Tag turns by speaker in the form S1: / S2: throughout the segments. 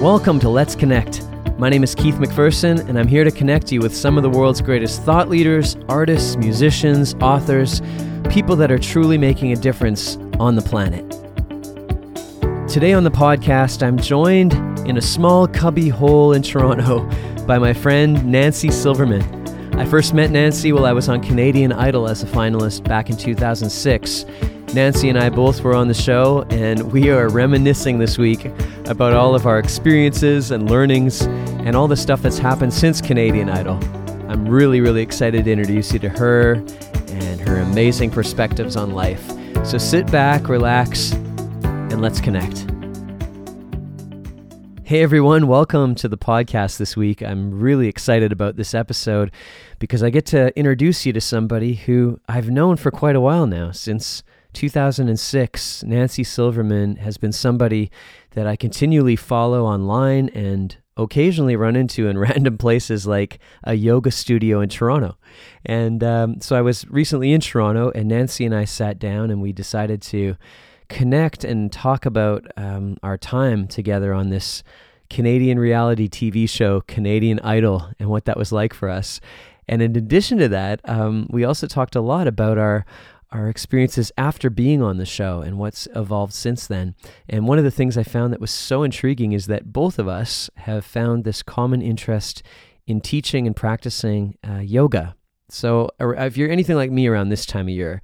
S1: Welcome to Let's Connect. My name is Keith McPherson, and I'm here to connect you with some of the world's greatest thought leaders, artists, musicians, authors, people that are truly making a difference on the planet. Today on the podcast, I'm joined in a small cubby hole in Toronto by my friend Nancy Silverman. I first met Nancy while I was on Canadian Idol as a finalist back in 2006. Nancy and I both were on the show, and we are reminiscing this week about all of our experiences and learnings and all the stuff that's happened since Canadian Idol. I'm really, really excited to introduce you to her and her amazing perspectives on life. So sit back, relax, and let's connect. Hey everyone, welcome to the podcast this week. I'm really excited about this episode because I get to introduce you to somebody who I've known for quite a while now. Since 2006, Nancy Silverman has been somebody that I continually follow online and occasionally run into in random places like a yoga studio in Toronto. And um, so I was recently in Toronto, and Nancy and I sat down and we decided to connect and talk about um, our time together on this Canadian reality TV show, Canadian Idol, and what that was like for us. And in addition to that, um, we also talked a lot about our our experiences after being on the show and what's evolved since then. And one of the things I found that was so intriguing is that both of us have found this common interest in teaching and practicing uh, yoga. So, ar- if you're anything like me around this time of year,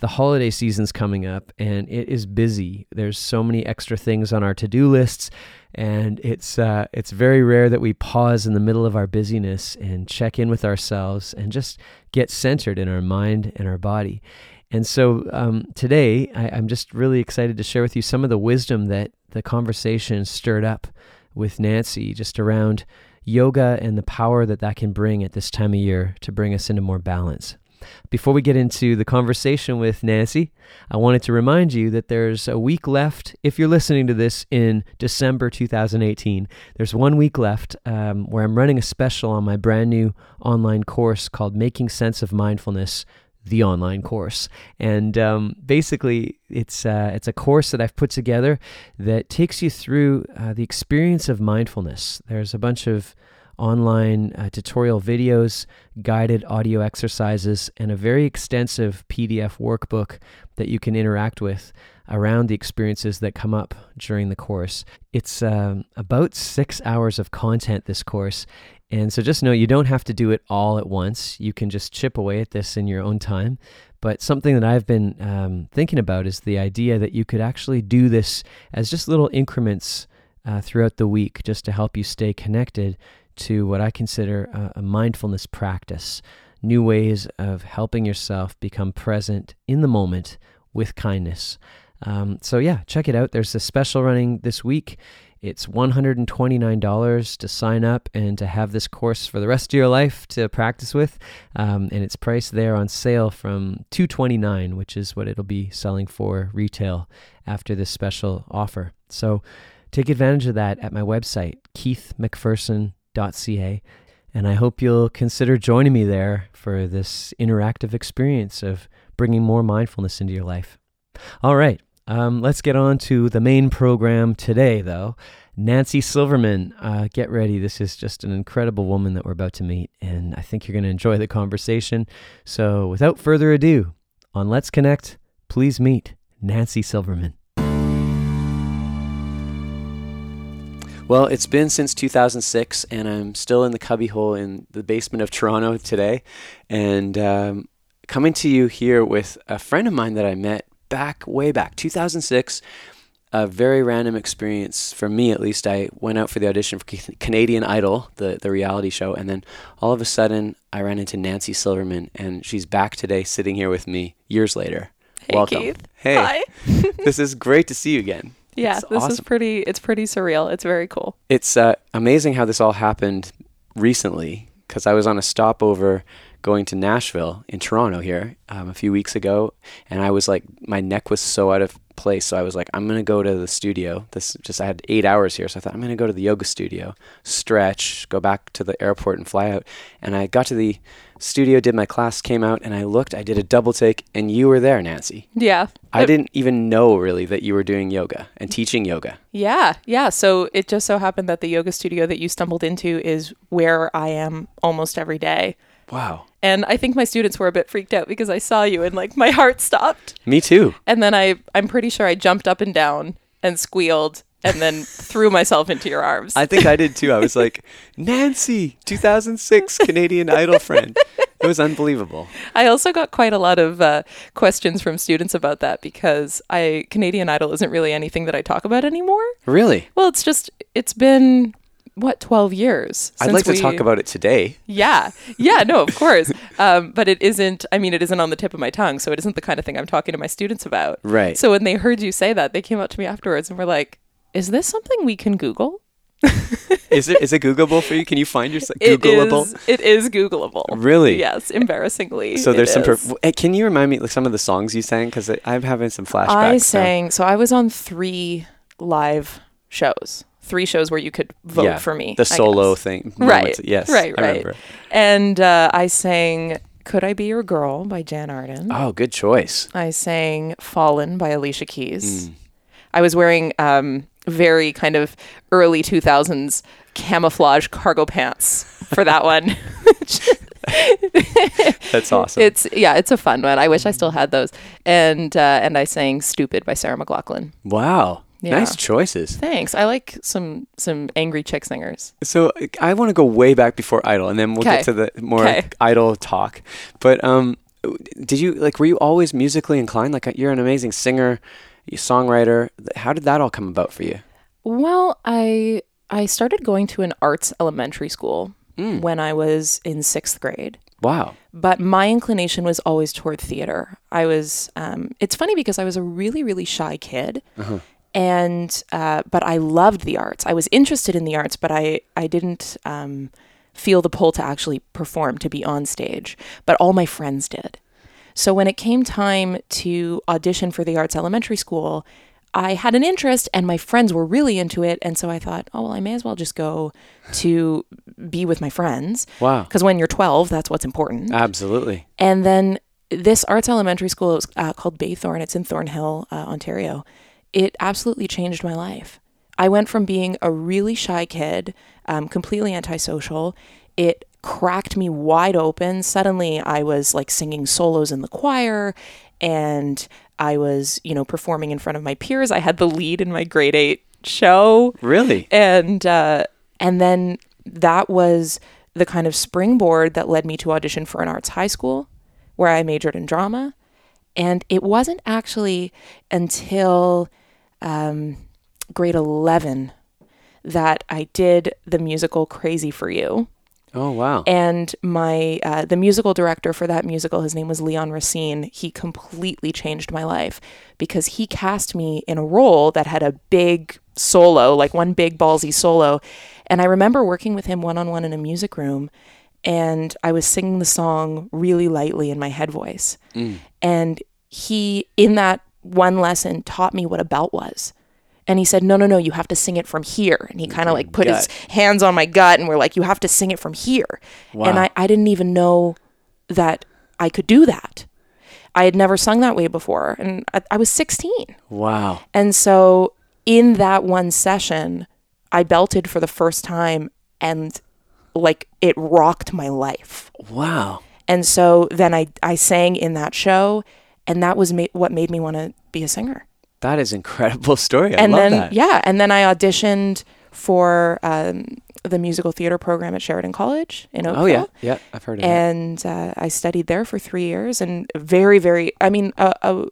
S1: the holiday season's coming up and it is busy. There's so many extra things on our to-do lists and it's uh, it's very rare that we pause in the middle of our busyness and check in with ourselves and just get centered in our mind and our body. And so um, today, I, I'm just really excited to share with you some of the wisdom that the conversation stirred up with Nancy just around yoga and the power that that can bring at this time of year to bring us into more balance. Before we get into the conversation with Nancy, I wanted to remind you that there's a week left. If you're listening to this in December 2018, there's one week left um, where I'm running a special on my brand new online course called Making Sense of Mindfulness the online course. And um, basically, it's uh, it's a course that I've put together that takes you through uh, the experience of mindfulness. There's a bunch of online uh, tutorial videos, guided audio exercises, and a very extensive PDF workbook that you can interact with around the experiences that come up during the course. It's um, about six hours of content, this course. And so just know you don't have to do it all at once. You can just chip away at this in your own time. But something that I've been um, thinking about is the idea that you could actually do this as just little increments uh, throughout the week just to help you stay connected to what I consider a, a mindfulness practice, new ways of helping yourself become present in the moment with kindness. Um, so, yeah, check it out. There's a special running this week. It's $129 to sign up and to have this course for the rest of your life to practice with. Um, and it's priced there on sale from $229, which is what it'll be selling for retail after this special offer. So take advantage of that at my website, keithmcpherson.ca. And I hope you'll consider joining me there for this interactive experience of bringing more mindfulness into your life. All right. Um, let's get on to the main program today, though. Nancy Silverman, uh, get ready. This is just an incredible woman that we're about to meet, and I think you're going to enjoy the conversation. So, without further ado, on Let's Connect, please meet Nancy Silverman. Well, it's been since 2006, and I'm still in the cubbyhole in the basement of Toronto today, and um, coming to you here with a friend of mine that I met back way back 2006 a very random experience for me at least i went out for the audition for canadian idol the, the reality show and then all of a sudden i ran into nancy silverman and she's back today sitting here with me years later
S2: Hey,
S1: welcome
S2: Keith.
S1: hey
S2: Hi.
S1: this is great to see you again
S2: yeah,
S1: It's
S2: this is
S1: awesome.
S2: pretty. It's pretty surreal. It's very cool.
S1: it's uh, amazing how this all happened recently because I was on a stopover going to Nashville in Toronto here um, a few weeks ago, and I was like, my neck was so out of place. So I was like, I'm going to go to the studio. This just, I had eight hours here. So I thought, I'm going to go to the yoga studio, stretch, go back to the airport and fly out. And I got to the studio, did my class, came out, and I looked, I did a double take, and you were there, Nancy.
S2: Yeah.
S1: I
S2: It-
S1: didn't even know really that you were doing yoga and teaching yoga.
S2: Yeah, yeah. So it just so happened that the yoga studio that you stumbled into is where I am almost every day.
S1: Wow.
S2: And I think my students were a bit freaked out because I saw you and like my heart stopped.
S1: Me too.
S2: And then I I'm pretty sure I jumped up and down and squealed and then threw myself into your arms.
S1: I think I did too. I was like, Nancy, 2006 Canadian Idol friend. It was unbelievable.
S2: I also got quite a lot of uh, questions from students about that because I Canadian Idol isn't really anything that I talk about anymore.
S1: Really?
S2: Well, it's just it's been what 12 years
S1: I'd like to talk about it today.
S2: yeah yeah no of course um, but it isn't i mean it isn't on the tip of my tongue so it isn't the kind of thing i'm talking to my students about
S1: Right.
S2: so when they heard you say that they came up to me afterwards and were like is this something we can google
S1: Is it is it Googleable for you? Can you find yourself
S2: It
S1: Googleable?
S2: is- it is googleable
S1: Really?
S2: yes embarrassingly
S1: so
S2: it
S1: there's some. Per-
S2: is.
S1: w- eh, can you remind me like some of the songs you sang? Because I'm having some flashbacks.
S2: I
S1: now.
S2: sang. So I was on three live shows, three shows where you could vote
S1: Yeah,
S2: for me. I
S1: the
S2: guess.
S1: solo thing.
S2: Right.
S1: moments. Yes.
S2: Right.
S1: I
S2: Right.
S1: remember.
S2: and uh, I sang "Could I Be Your Girl" by Jan Arden.
S1: Oh, good choice.
S2: I sang "Fallen" by Alicia Keys. I was wearing um, very kind of early two thousands camouflage cargo pants for that one.
S1: That's awesome.
S2: it's yeah, it's a fun one. I wish I still had those. And uh, and I sang "Stupid" by Sarah McLaughlin.
S1: wow.
S2: Yeah.
S1: Nice choices.
S2: Thanks. I like some some angry chick singers.
S1: So uh, I want to go way back before Idol, and then we'll
S2: Okay.
S1: get to the more
S2: Okay.
S1: Idol talk. But um, did you like? Were you always musically inclined? Like you're an amazing singer, you songwriter. How did that all come about for you?
S2: Well, I I started going to an arts elementary school when I was in sixth grade.
S1: Wow.
S2: But my inclination was always toward theater. I was. Um, it's funny because I was a really really shy kid, and uh, but I loved the arts. I was interested in the arts, but I I didn't um, feel the pull to actually perform to be on stage. But all my friends did. So when it came time to audition for the arts elementary school, I had an interest and my friends were really into it. And so I thought, oh, well, I may as well just go to be with my friends.
S1: Wow.
S2: Because when you're 12, that's what's important.
S1: Absolutely.
S2: And then this arts elementary school is uh, called Baythorn. It's in Thornhill, uh, Ontario. It absolutely changed my life. I went from being a really shy kid, um, completely antisocial. It cracked me wide open. Suddenly, I was like singing solos in the choir, and I was, you know, performing in front of my peers. I had the lead in my grade eight show
S1: Really.
S2: and uh, and then that was the kind of springboard that led me to audition for an arts high school where I majored in drama, and it wasn't actually until um, grade eleven that I did the musical Crazy for You,
S1: Oh wow.
S2: and my uh, the musical director for that musical, his name was Leon Racine. He completely changed my life because he cast me in a role that had a big solo, like one big ballsy solo. And I remember working with him one on one in a music room, and I was singing the song really lightly in my head voice. And he, in that one lesson, taught me what a belt was. And he said, No, no, no, you have to sing it from here. And he kind of like put his hands on my gut and we're like, You have to sing it from here. And I, I didn't even know that I could do that. I had never sung that way before. And I, I was 16.
S1: wow.
S2: And so in that one session, I belted for the first time and like it rocked my life.
S1: Wow.
S2: And so then I, I sang in that show. And that was ma- what made me want to be a singer.
S1: That is incredible story. I
S2: and
S1: love
S2: then
S1: that.
S2: yeah, and then I auditioned for um, the musical theater program at Sheridan College in Oakville.
S1: Oh yeah. Yeah. I've heard of it.
S2: And uh, I studied there for three years, and very, very, I mean, a, a,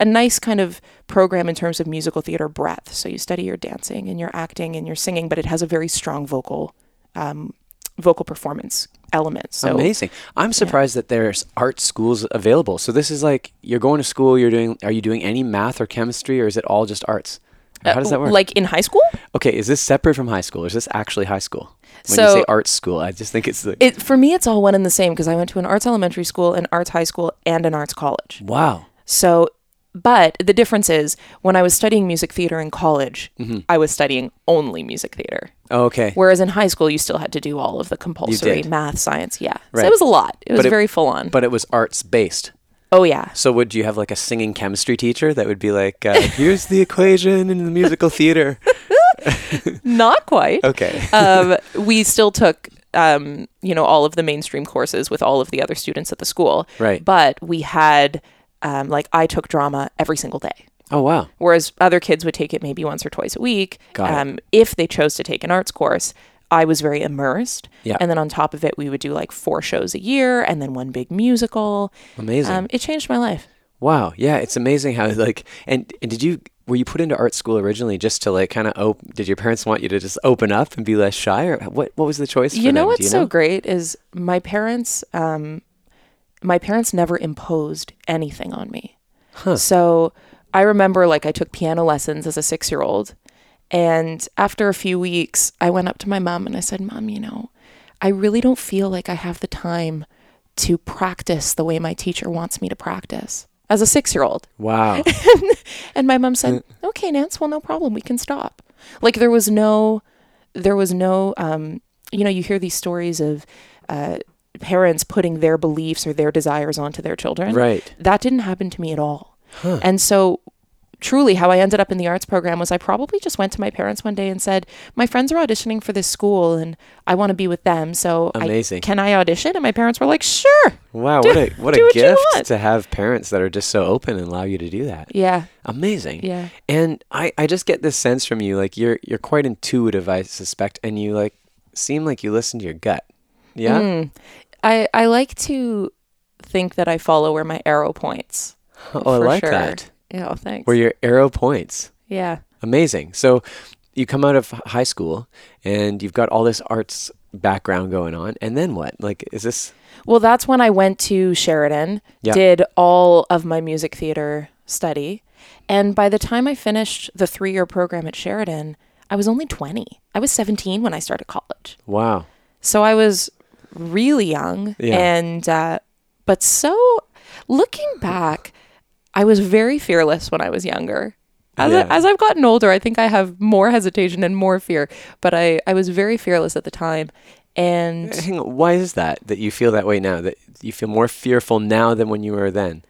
S2: a nice kind of program in terms of musical theater breadth. So you study your dancing and your acting and your singing, but it has a very strong vocal, um, vocal performance element. So
S1: Amazing. I'm surprised that there's art schools available. So this is like you're going to school. You're doing. Are you doing any math or chemistry, or is it all just arts? How does that work?
S2: uh, Like in high school,
S1: okay, is this separate from high school? Or is this actually high school? When you
S2: So-
S1: say art school, I just think it's the
S2: it for me, it's all one and the same because I went to an arts elementary school, an arts high school, and an arts college.
S1: wow.
S2: So But the difference is when I was studying music theater in college,
S1: Mm-hmm.
S2: I was studying only music theater.
S1: Oh, okay.
S2: Whereas in high school, you still had to do all of the compulsory
S1: did.
S2: math, science. Yeah. So
S1: Right.
S2: it was a lot. It was
S1: But it-
S2: very full on.
S1: But it was arts based.
S2: oh, yeah.
S1: So would you have like a singing chemistry teacher that would be like, uh, here's the equation in the musical theater?
S2: Not quite.
S1: Okay.
S2: um, we still took um, you know all of the mainstream courses with all of the other students at the school
S1: Right.
S2: but we had um, like i took drama every single day
S1: Oh wow.
S2: whereas other kids would take it maybe once or twice a week um,
S1: Got it.
S2: if they chose to take an arts course i was very immersed
S1: Yeah.
S2: and then on top of it we would do like four shows a year and then one big musical
S1: Amazing.
S2: um, it changed my life
S1: Wow. Yeah, it's amazing how like and, and did you were you put into art school originally just to like kind of op- did your parents want you to just open up and be less shy or what what was the choice for
S2: you know
S1: them?
S2: what's
S1: Do you
S2: so
S1: know?
S2: great is my parents um my parents never imposed anything on me so i remember like i took piano lessons as a six year old and after a few weeks i went up to my mom and i said mom you know i really don't feel like i have the time to practice the way my teacher wants me to practice as a six year old
S1: Wow.
S2: and my mom said,
S1: Mm.
S2: "Okay, Nance. Well, no problem. We can stop." Like there was no, there was no. Um, you know, you hear these stories of uh, parents putting their beliefs or their desires onto their children.
S1: right.
S2: That didn't happen to me at all. And so, truly, how I ended up in the arts program was I probably just went to my parents one day and said, "My friends are auditioning for this school, and I want to be with them. So, I-
S1: Amazing.
S2: can I audition?" And my parents were like, "Sure."
S1: Wow, what a what
S2: do
S1: a
S2: what you
S1: gift
S2: want.
S1: to have parents that are just so open and allow you to do that.
S2: Yeah.
S1: Amazing.
S2: Yeah.
S1: And I, I just get this sense from you, like you're you're quite intuitive, I suspect, and you like seem like you listen to your gut. Yeah.
S2: Mm, I, I like to think that I follow where my arrow points.
S1: oh, I
S2: for
S1: like
S2: sure.
S1: that.
S2: Yeah, well, thanks.
S1: Where your arrow points.
S2: yeah.
S1: Amazing. So you come out of h- high school and you've got all this arts background going on, and then what? Like, is this
S2: Well, that's when I went to Sheridan,
S1: Yeah.
S2: did all of my music theater study. And by the time I finished the three year program at Sheridan, I was only 20. I was 17 when I started college.
S1: wow?
S2: So I was really young.
S1: Yeah.
S2: And, uh, but so looking back, I was very fearless when I was younger. As,
S1: Yeah.
S2: I, as I've gotten older, I think I have more hesitation and more fear, but I, I was very fearless at the time. And
S1: Hang on. Why is that that you feel that way now? That you feel more fearful now than when you were then?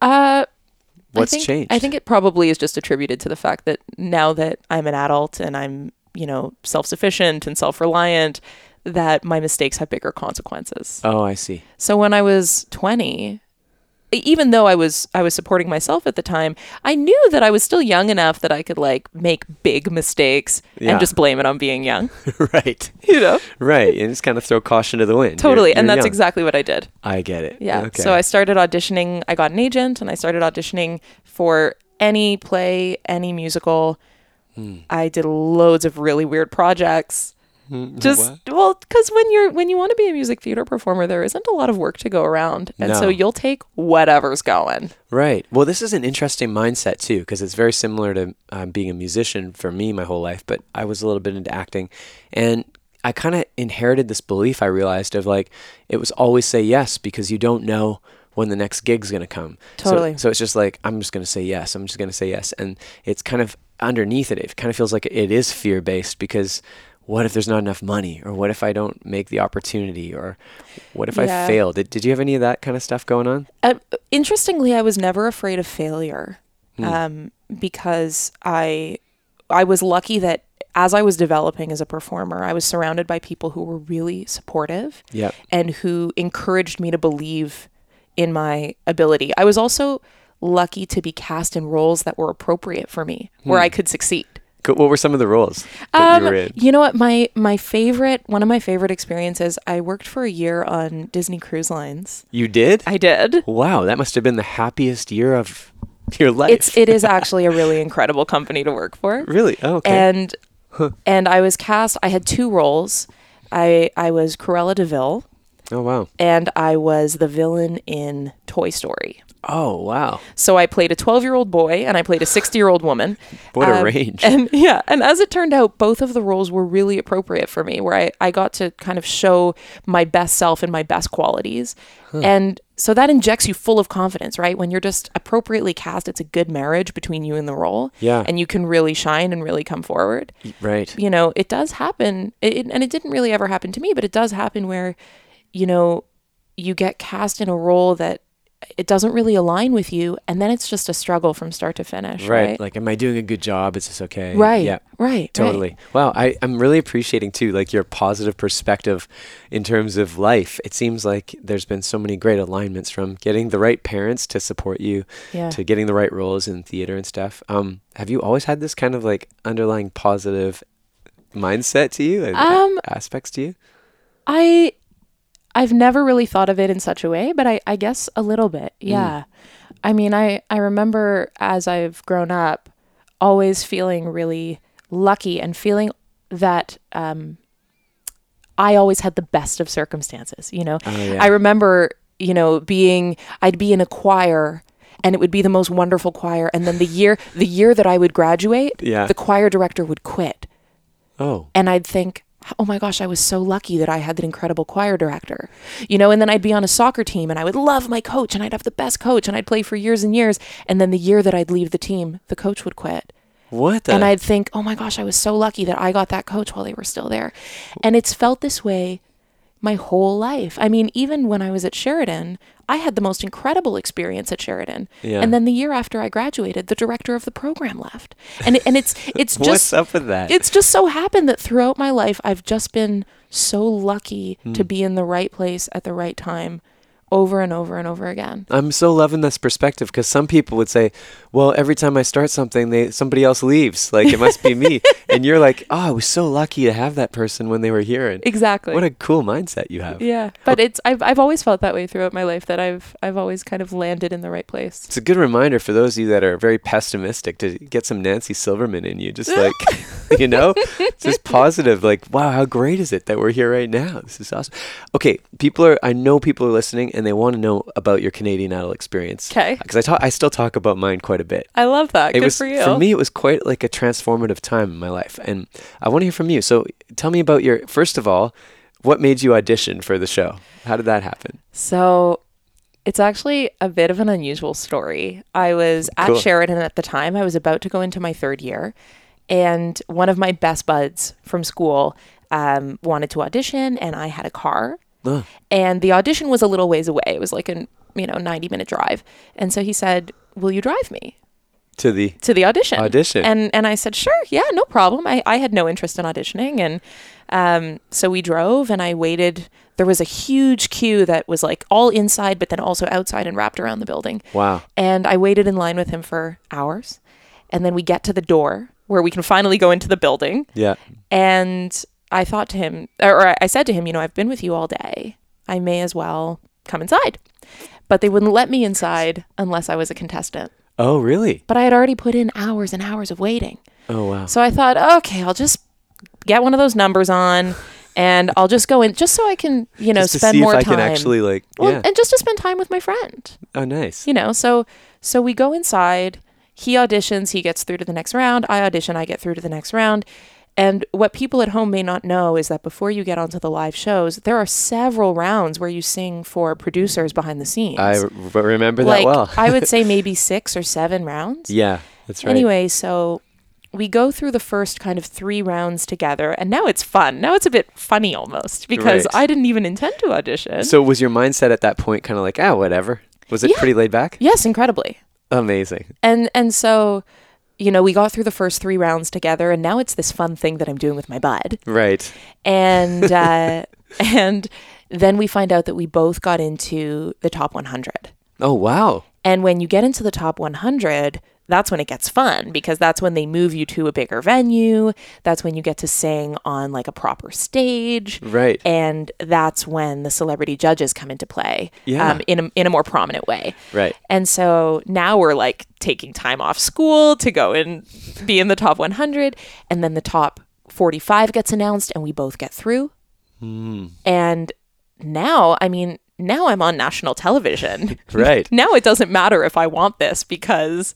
S2: uh,
S1: What's
S2: I think,
S1: changed?
S2: I think it probably is just attributed to the fact that now that I'm an adult and I'm, you know, self sufficient and self reliant, that my mistakes have bigger consequences.
S1: Oh, I see.
S2: So when I was 20, e- even though I was I was supporting myself at the time, I knew that I was still young enough that I could like make big mistakes
S1: Yeah.
S2: and just blame it on being young,
S1: right.
S2: you know?
S1: Right. And just kind of throw caution to the wind. You're-
S2: Totally. and
S1: you're
S2: that's
S1: young.
S2: exactly what I did.
S1: I get it.
S2: Yeah.
S1: Okay.
S2: So I started auditioning. I got an agent and I started auditioning for any play, any musical.
S1: Hmm.
S2: I did loads of really weird projects.
S1: Mm-hmm.
S2: Just well, because when you're when you want to be a music theater performer, there isn't a lot of work to go around, and
S1: No.
S2: so you'll take whatever's going.
S1: Right. Well, this is an interesting mindset too, because it's very similar to um, being a musician for me my whole life, but I was a little bit into acting. And I kind of inherited this belief I realized of like, it was always say yes because you don't know when the next gig's going to come. So-
S2: Totally.
S1: So, it's just like, I'm just going to say yes. I'm just going to say yes. And it's kind of underneath it, it kind of feels like it is fear based because what if there's not enough money or what if I don't make the opportunity or what if I
S2: Yeah.
S1: fail? Did, did you have any of that kind of stuff going on?
S2: Uh, interestingly, I was never afraid of failure,
S1: Hmm.
S2: um, because I I was lucky that as I was developing as a performer, I was surrounded by people who were really supportive.
S1: Yep.
S2: and who encouraged me to believe in my ability. I was also lucky to be cast in roles that were appropriate for me, where I could succeed. Um,
S1: Cool. What were some of the roles Hmm. that you were in?
S2: You know what? My my favorite one of my favorite experiences. I worked for a year on Disney Cruise Lines.
S1: You did?
S2: I did.
S1: Wow, that must have been the happiest year of your life.
S2: It's it is actually a really incredible company to work for.
S1: really oh, okay.
S2: And and I was cast. I had two roles. I I was Cruella Deville,
S1: oh wow.
S2: and I was the villain in Toy Story.
S1: Oh wow.
S2: So I played a 12 year old boy and I played a 60 year old woman. Um,
S1: What a range.
S2: And yeah, and as it turned out, both of the roles were really appropriate for me, where I, I got to kind of show my best self and my best qualities. And So that injects you full of confidence, right? When you're just appropriately cast, it's a good marriage between you and the role.
S1: Yeah.
S2: And you can really shine and really come forward.
S1: Right.
S2: You know, it does happen. It, it- and it didn't really ever happen to me, but it does happen where, you know, you get cast in a role that it doesn't really align with you. And then it's just a struggle from start to finish.
S1: Right.
S2: Right.
S1: Like, am I doing a good job? Is this okay?
S2: right.
S1: Yeah.
S2: Right.
S1: Totally. Wow. I, I'm really appreciating too, like your positive perspective in terms of life. It seems like there's been so many great alignments from getting the right parents to support you
S2: Yeah.
S1: to getting the right roles in theater and stuff. Um, have you always had this kind of like underlying positive mindset to you and a-
S2: Um,
S1: aspects to you?
S2: I I've never really thought of it in such a way, but I, I guess a little bit.
S1: Mm.
S2: Yeah. I mean, I, I remember as I've grown up always feeling really lucky and feeling that um, I always had the best of circumstances, you know?
S1: Oh, yeah.
S2: I remember, you know, being I'd be in a choir and it would be the most wonderful choir and then the year the year that I would graduate,
S1: Yeah.
S2: the choir director would quit
S1: Oh,
S2: and I'd think, oh my gosh, I was so lucky that I had that incredible choir director, you know. And then I'd be on a soccer team, and I would love my coach, and I'd have the best coach, and I'd play for years and years. And then the year that I'd leave the team, the coach would quit,
S1: what the?
S2: and I'd think, oh my gosh, I was so lucky that I got that coach while they were still there. And it's felt this way my whole life. I mean, even when I was at Sheridan, I had the most incredible experience at Sheridan.
S1: Yeah.
S2: And then the year after I graduated, the director of the program left. And it, and it's it's just
S1: What's up with that?
S2: it's just so happened that throughout my life I've just been so lucky
S1: Hmm.
S2: to be in the right place at the right time over and over and over again.
S1: I'm so loving this perspective because some people would say, "Well, every time I start something, they somebody else leaves. Like it must be me." and you're like, "Oh, I was so lucky to have that person when they were here." And
S2: Exactly.
S1: what a cool mindset you have.
S2: yeah, but it's I've I've always felt that way throughout my life that I've I've always kind of landed in the right place.
S1: It's a good reminder for those of you that are very pessimistic to get some Nancy Silverman in you. Just like, you know, it's just positive. Like, wow, how great is it that we're here right now? This is awesome. Okay, people are, I know people are listening and they want to know about your Canadian Idol experience.
S2: 'Kay.
S1: Because I, talk, I still talk about mine quite a bit.
S2: I love that.
S1: it
S2: Good
S1: was
S2: for you.
S1: me it was quite like a transformative time in my life and i want to hear from you so tell me about your first of all what made you audition for the show how did that happen
S2: So it's actually a bit of an unusual story. I was at
S1: Cool.
S2: Sheridan at the time. I was about to go into my third year, and one of my best buds from school um, wanted to audition, and I had a car.
S1: Huh.
S2: And the audition was a little ways away. It was like a you know ninety minute drive, and so he said, "Will you drive me?"
S1: to the
S2: to the audition.
S1: Audition.
S2: And and I said, sure, yeah, no problem. I, I had no interest in auditioning. And um, so we drove and I waited. There was a huge queue that was like all inside, but then also outside and wrapped around the building.
S1: wow
S2: And I waited in line with him for hours. And then we get to the door where we can finally go into the building.
S1: yeah
S2: And I thought to him, or I- I said to him, you know, I've been with you all day. I may as well come inside. But they wouldn't let me inside unless I was a contestant
S1: oh really
S2: but I had already put in hours and hours of waiting.
S1: oh wow
S2: So I thought, okay, I'll just get one of those numbers on and I'll just go in just so I can, you know,
S1: just to
S2: spend
S1: see
S2: more
S1: if i
S2: time.
S1: can actually like
S2: well,
S1: yeah
S2: and just to spend time with my friend.
S1: oh nice
S2: You know, so so we go inside, he auditions, he gets through to the next round, I audition, I get through to the next round. And what people at home may not know is that before you get onto the live shows, there are several rounds where you sing for producers behind the scenes.
S1: I r- remember
S2: like
S1: that well
S2: I would say maybe 6 or 7 rounds.
S1: yeah that's right
S2: Anyway, so we go through the first kind of three rounds together, and now it's fun. Now it's a bit funny almost because
S1: Right.
S2: I didn't even intend to audition.
S1: so was your mindset at that point kind of like ah whatever was it
S2: Yeah.
S1: pretty laid back
S2: yes, incredibly.
S1: amazing
S2: And and so, you know, we got through the first three rounds together, and now it's this fun thing that I'm doing with my bud.
S1: right
S2: And uh, and then we find out that we both got into the top 100.
S1: oh wow
S2: And when you get into the top 100, that's when it gets fun because that's when they move you to a bigger venue. That's when you get to sing on like a proper stage.
S1: right
S2: And that's when the celebrity judges come into play
S1: Yeah.
S2: um, in, a, in a more prominent way.
S1: right
S2: And so now we're like taking time off school to go and be in the top 100. And then the top 45 gets announced and we both get through. And now, I mean, now I'm on national television.
S1: right
S2: now it doesn't matter if I want this because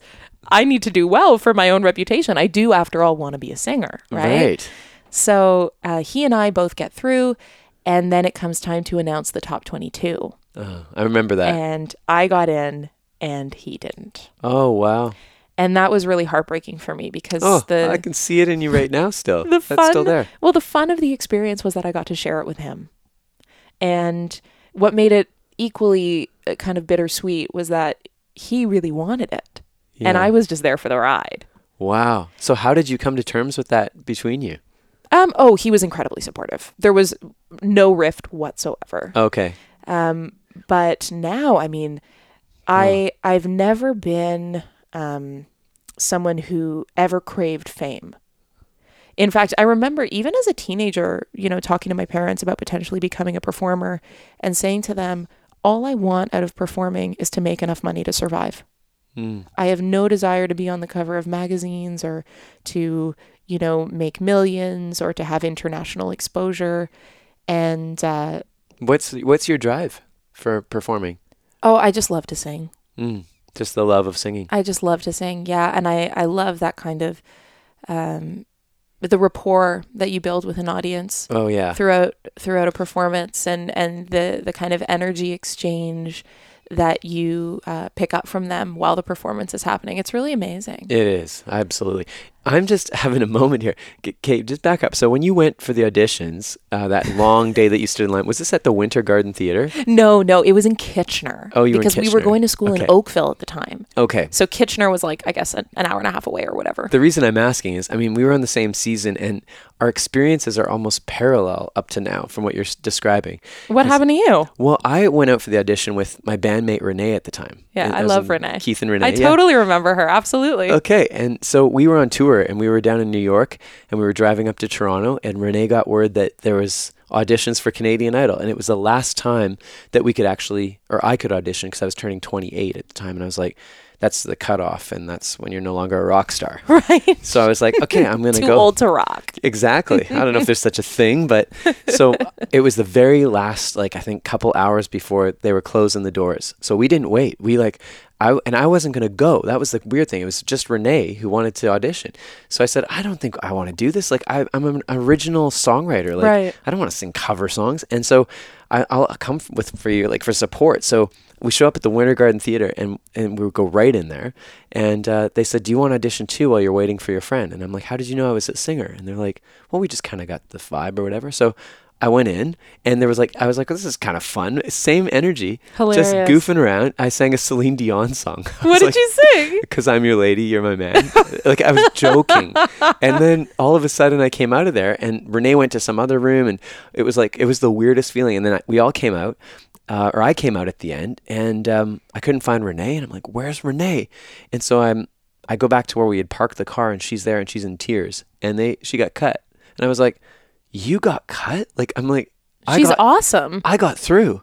S2: I need to do well for my own reputation. I do, after all, want to be a singer, right?
S1: right
S2: So uh, he and I both get through, and then it comes time to announce the top 22.
S1: Uh, I remember that.
S2: and I got in and he didn't.
S1: oh wow.
S2: And that was really heartbreaking for me because
S1: Oh,
S2: the
S1: I can see it in you right now. Still,
S2: The
S1: that's still
S2: fun-
S1: there.
S2: Well, the fun of the experience was that I got to share it with him. And what made it equally uh, kind of bittersweet was that he really wanted it. And
S1: Yeah.
S2: I was just there for the ride.
S1: Wow. So how did you come to terms with that between you?
S2: Um, oh, he was incredibly supportive. There was no rift whatsoever.
S1: Okay.
S2: Um, but now, I mean, I I've never been um, someone who ever craved fame. In fact, I remember even as a teenager, you know, talking to my parents about potentially becoming a performer and saying to them, "All I want out of performing is to make enough money to survive.
S1: Mm.
S2: I have no desire to be on the cover of magazines or to, you know, make millions or to have international exposure." And uh,
S1: What's what's your drive for performing?
S2: oh, I just love to sing.
S1: Mm. Just the love of singing.
S2: I just love to sing. Yeah, and I I love that kind of um the rapport that you build with an audience
S1: Oh yeah.
S2: throughout throughout a performance and and the the kind of energy exchange that you uh, pick up from them while the performance is happening. It's really amazing.
S1: It is absolutely. I'm just having a moment here. G- Kate, just back up. So when you went for the auditions, uh, that long day that you stood in line, was this at the Winter Garden Theater?
S2: No, no, it was in Kitchener.
S1: Oh, you were in
S2: because we were
S1: Kitchener.
S2: going to school
S1: Okay.
S2: in Oakville at the time.
S1: Okay.
S2: So Kitchener was like I guess an, an hour and a half away or whatever.
S1: The reason I'm asking is, I mean, we were on the same season, and our experiences are almost parallel up to now from what you're s- describing.
S2: what happened to you?
S1: Well, I went out for the audition with my bandmate Renee at the time.
S2: Yeah,
S1: And
S2: I
S1: that was
S2: love
S1: in
S2: Renee.
S1: Keith and Renee.
S2: I
S1: yeah.
S2: totally remember her. Absolutely.
S1: Okay, and so we were on tour, and we were down in New York, and we were driving up to Toronto, and Renee got word that there was auditions for Canadian Idol, and it was the last time that we could actually, or I could audition, because I was turning 28 at the time, and I was like, "That's the cutoff, and that's when you're no longer a rock star."
S2: Right.
S1: So I was like, "Okay, I'm gonna
S2: Too
S1: go."
S2: old to rock.
S1: Exactly. I don't know if there's such a thing, but so it was the very last, like I think, couple hours before they were closing the doors. So we didn't wait. We like, I and I wasn't gonna go. That was the weird thing. It was just Renee who wanted to audition. So I said, I don't think I want to do this. Like I, I'm an original songwriter. Like
S2: Right.
S1: I don't want to sing cover songs. And so I, I'll come f- with for you, like for support. So we show up at the Winter Garden Theater and, and we would go right in there. And uh, they said, Do you want to audition too while you're waiting for your friend? And I'm like, How did you know I was a singer? And they're like, Well, we just kind of got the vibe or whatever. So I went in and there was like, I was like, This is kind of fun. Same energy. Just
S2: Hilarious.
S1: goofing around. I sang a Celine Dion song. I was
S2: What did
S1: like,
S2: you sing?
S1: because I'm your lady, you're my man. like I was joking. And then all of a sudden I came out of there and Renee went to some other room and it was like, it was the weirdest feeling. And then I, we all came out, uh, or I came out at the end and um, I couldn't find Renee and I'm like, where's Renee? And so I'm, I go back to where we had parked the car and she's there and she's in tears and they, she got cut. And I was like, you got cut? Like, I'm like, I
S2: She's
S1: got,
S2: awesome.
S1: I got through.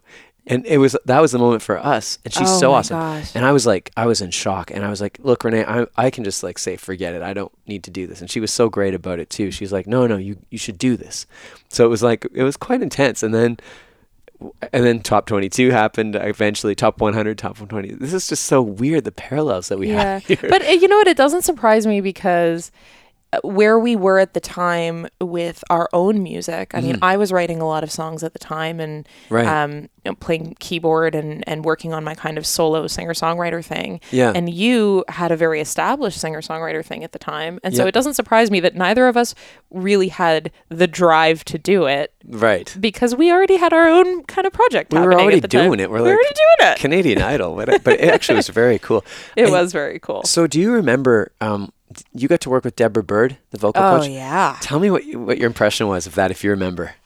S1: And it was that was the moment for us. And she's
S2: Oh
S1: so
S2: my
S1: awesome.
S2: gosh.
S1: And I was like, I was in shock. And I was like, look, Renee, I, I can just like say, forget it. I don't need to do this. And she was so great about it too. She's like, no, no, you, you should do this. So it was like, it was quite intense. And then, and then top 22 happened eventually, top 100, top 120. This is just so weird, the parallels that we have here.
S2: But uh, you know what? It doesn't surprise me because uh, where we were at the time with our own music, I mean, I was writing a lot of songs at the time and
S1: Mm. Right.
S2: um, you know, playing keyboard and, and working on my kind of solo singer songwriter thing.
S1: Yeah.
S2: And you had a very established singer songwriter thing at the time. And so
S1: Yep.
S2: it doesn't surprise me that neither of us really had the drive to do it
S1: right.
S2: because we already had our own kind of project
S1: We were
S2: happening
S1: already
S2: at the time.
S1: doing it. We're
S2: we
S1: like-
S2: were already doing it.
S1: Canadian Idol. But it, but it actually was very cool.
S2: it
S1: And
S2: was very cool.
S1: So do you remember, um, you got to work with Deborah Bird, the vocal coach?
S2: Oh, yeah.
S1: Tell me what you- what your impression was of that, if you remember.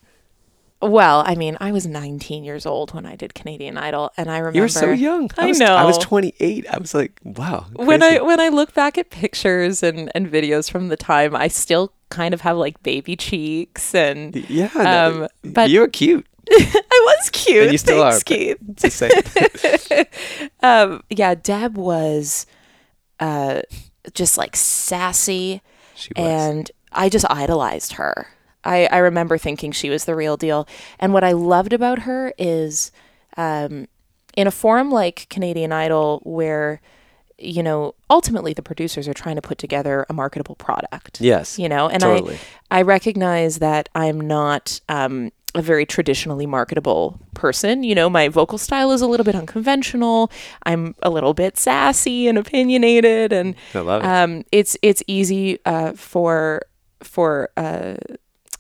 S2: Well, I mean, I was 19 years old when I did Canadian Idol, and I remember
S1: You were so young.
S2: I
S1: was,
S2: know.
S1: I was 28. I was like, wow.
S2: When I
S1: crazy.
S2: when I look back at pictures and and videos from the time, I still kind of have like baby cheeks, and
S1: yeah, no,
S2: um, but-
S1: you were cute.
S2: I was cute.
S1: And you still
S2: Thanks,
S1: are, but-
S2: Keith.
S1: It's the same.
S2: Um, yeah, Deb was, uh, just like sassy.
S1: she was.
S2: and I just idolized her. I, I remember thinking she was the real deal. And what I loved about her is um, in a forum like Canadian Idol, where, you know, ultimately the producers are trying to put together a marketable product
S1: yes.
S2: you know and
S1: Totally.
S2: i i recognize that i'm not um a very traditionally marketable person. You know, my vocal style is a little bit unconventional. I'm a little bit sassy and opinionated, and
S1: I love it.
S2: um, it's it's easy uh, for for uh,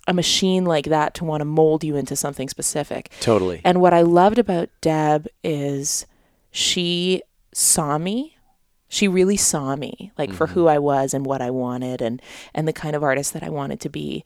S2: a machine like that to want to mold you into something specific.
S1: totally.
S2: And what I loved about Deb is she saw me. She really saw me, like for who I was and what I wanted and and the kind of artist that I wanted to be.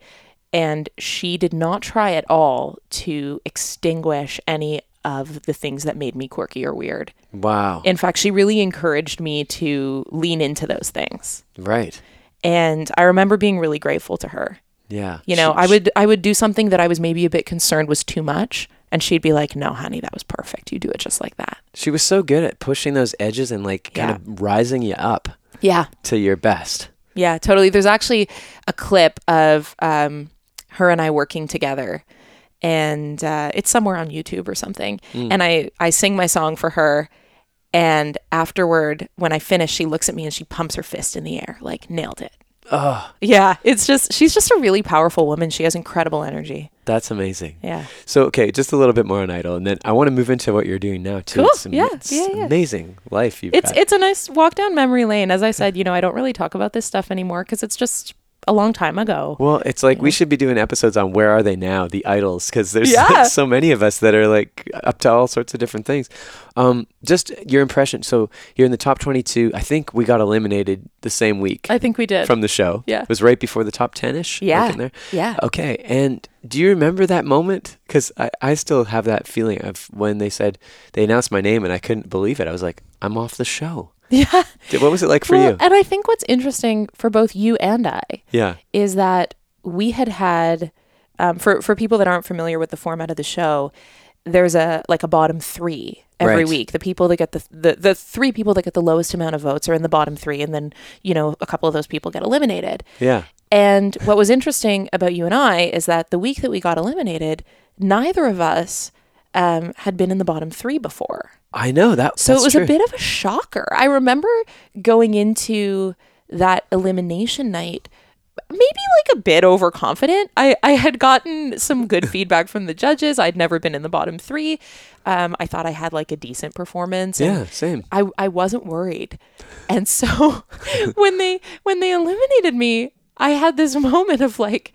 S2: And she did not try at all to extinguish any of the things that made me quirky or weird.
S1: Wow.
S2: In fact, she really encouraged me to lean into those things.
S1: right.
S2: And I remember being really grateful to her.
S1: Yeah.
S2: You know,
S1: She-
S2: I would I would do something that I was maybe a bit concerned was too much, and she'd be like, "No, honey, that was perfect. You do it just like that."
S1: She was so good at pushing those edges and like kind
S2: Yeah.
S1: of rising you up
S2: Yeah,
S1: to your best.
S2: yeah, totally. There's actually a clip of um, her and I working together, and uh, it's somewhere on YouTube or something. And I I sing my song for her, and afterward, when I finish, she looks at me and she pumps her fist in the air, like nailed it.
S1: Oh,
S2: Yeah, it's just she's just a really powerful woman. She has incredible energy.
S1: that's amazing.
S2: Yeah.
S1: So okay, just a little bit more on Idol, and then I want to move into what you're doing now too.
S2: Cool,
S1: It's am-
S2: yeah,
S1: it's
S2: yeah, yeah.
S1: amazing life you've
S2: it's
S1: got.
S2: it's a nice walk down memory lane. As I said, you know, I don't really talk about this stuff anymore because it's just a long time ago.
S1: well, it's like we should be doing episodes on where are they now, the idols, because there's
S2: Yeah.
S1: so many of us that are like up to all sorts of different things. Um, just your impression. So you're in the top 22. I think we got eliminated the same week
S2: I think we did.
S1: from the show.
S2: Yeah.
S1: it was right before the top 10 ish.
S2: Yeah.
S1: in there.
S2: yeah.
S1: Okay. And do you remember that moment? Because I, I still have that feeling of when they said they announced my name and I couldn't believe it. I was like, I'm off the show.
S2: Yeah.
S1: Did- What was it like for
S2: well,
S1: you?
S2: And I think what's interesting for both you and I
S1: Yeah.
S2: is that we had had um, for for people that aren't familiar with the format of the show, there's a like a bottom three every
S1: Right.
S2: week. The people that get the, the the three people that get the lowest amount of votes are in the bottom three, and then you know a couple of those people get eliminated.
S1: Yeah.
S2: And what was interesting about you and I is that the week that we got eliminated, neither of us um, had been in the bottom three before.
S1: I know that.
S2: So
S1: that's
S2: it was
S1: true.
S2: a bit of a shocker. I remember going into that elimination night maybe like a bit overconfident. I, I had gotten some good feedback from the judges. I'd never been in the bottom three. Um, I thought I had like a decent performance. and
S1: Yeah. Same.
S2: I, I wasn't worried. And so when they when they eliminated me, I had this moment of like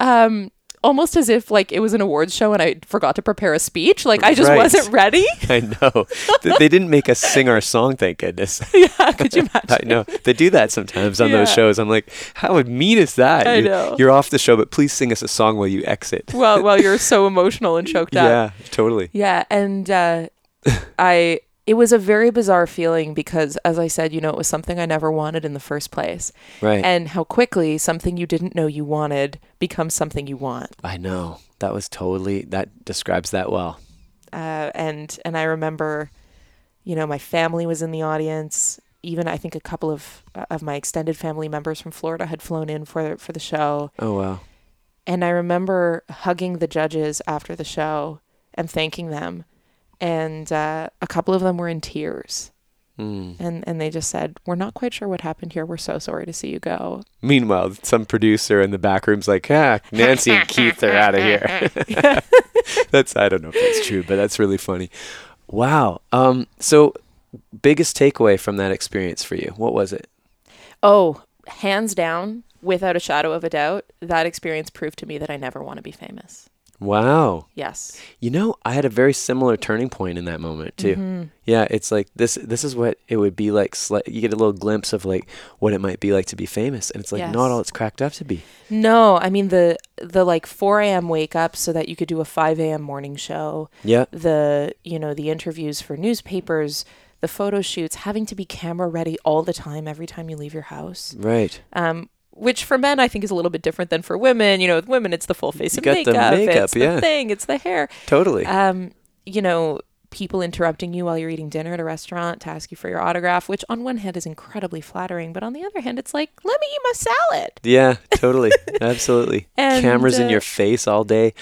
S2: um almost as if like it was an awards show and I forgot to prepare a speech. Like I just
S1: Right.
S2: wasn't ready.
S1: I know. Th- they didn't make us sing our song, thank goodness.
S2: yeah, could you imagine?
S1: I know. They do that sometimes on those
S2: Yeah.
S1: shows. I'm like, how mean is that?
S2: I
S1: You're-
S2: know.
S1: You're off the show, but please sing us a song while you exit.
S2: Well, well, you're so emotional and choked up.
S1: Yeah, totally.
S2: Yeah, and uh, I it was a very bizarre feeling because, as I said, you know, it was something I never wanted in the first place,
S1: Right.
S2: and how quickly something you didn't know you wanted becomes something you want.
S1: I know. That was totally, that describes that well.
S2: Uh, and and I remember, you know, my family was in the audience. Even I think a couple of uh, of my extended family members from Florida had flown in for for the show.
S1: Oh, wow.
S2: And I remember hugging the judges after the show and thanking them. And uh, a couple of them were in tears.
S1: Mm.
S2: And, and they just said, We're not quite sure what happened here. We're so sorry to see you go.
S1: Meanwhile, some producer in the back room's like, ah, Nancy and Keith are out of here. that's I don't know if that's true, but that's really funny. Wow. Um, so biggest takeaway from that experience for you, what was it?
S2: Oh, hands down, without a shadow of a doubt, that experience proved to me that I never want to be famous.
S1: Wow.
S2: Yes.
S1: You know, I had a very similar turning point in that moment
S2: Mm-hmm.
S1: too. Yeah, it's like this this is what it would be like sli- you get a little glimpse of like what it might be like to be famous and it's like
S2: Yes.
S1: not all it's cracked up to be.
S2: No, I mean, the, the like 4 a.m. wake up so that you could do a 5 a.m. morning show.
S1: Yeah.
S2: the you know the interviews for newspapers the photo shoots having to be camera ready all the time every time you leave your house
S1: Right.
S2: um, which for men i think is a little bit different than for women you know with women it's the full face
S1: You
S2: of
S1: got the
S2: makeup,
S1: makeup,
S2: it's
S1: yeah.
S2: the thing it's the hair
S1: Totally.
S2: um, you know people interrupting you while you're eating dinner at a restaurant to ask you for your autograph which on one hand is incredibly flattering but on the other hand it's like let me eat my salad
S1: Yeah, totally. Absolutely.
S2: And,
S1: Cameras in
S2: uh,
S1: your face all day.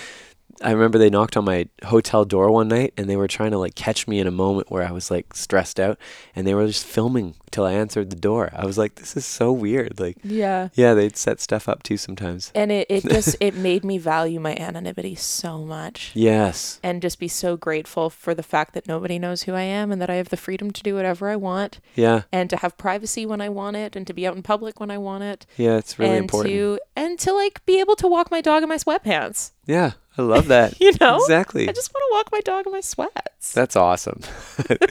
S1: I remember they knocked on my hotel door one night and they were trying to like catch me in a moment where I was like stressed out and they were just filming till I answered the door. I was like, this is so weird. Like,
S2: Yeah.
S1: yeah, they'd set stuff up too sometimes.
S2: And it, it just it made me value my anonymity so much.
S1: Yes.
S2: And just be so grateful for the fact that nobody knows who I am and that I have the freedom to do whatever I want
S1: Yeah.
S2: and to have privacy when I want it and to be out in public when I want it.
S1: Yeah. It's really
S2: and
S1: important.
S2: to and to like be able to walk my dog in my sweatpants.
S1: Yeah. I love that.
S2: You know?
S1: Exactly.
S2: I just want to walk my dog in my sweats.
S1: That's awesome.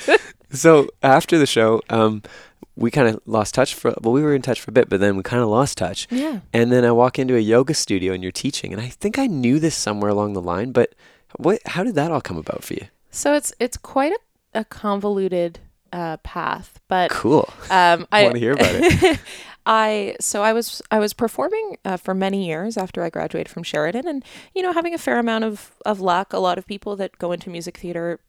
S1: so after the show, um, we kind of lost touch for, well, we were in touch for a bit, but then we kind of lost touch.
S2: Yeah.
S1: And then I walk into a yoga studio and you're teaching. And I think I knew this somewhere along the line, but what, how did that all come about for you?
S2: So it's it's quite a, a convoluted uh, path, but
S1: Cool.
S2: um, I
S1: Wanna hear about
S2: it. I so I was I was performing uh, for many years after I graduated from Sheridan, and you know having a fair amount of of luck. A lot of people that go into music theater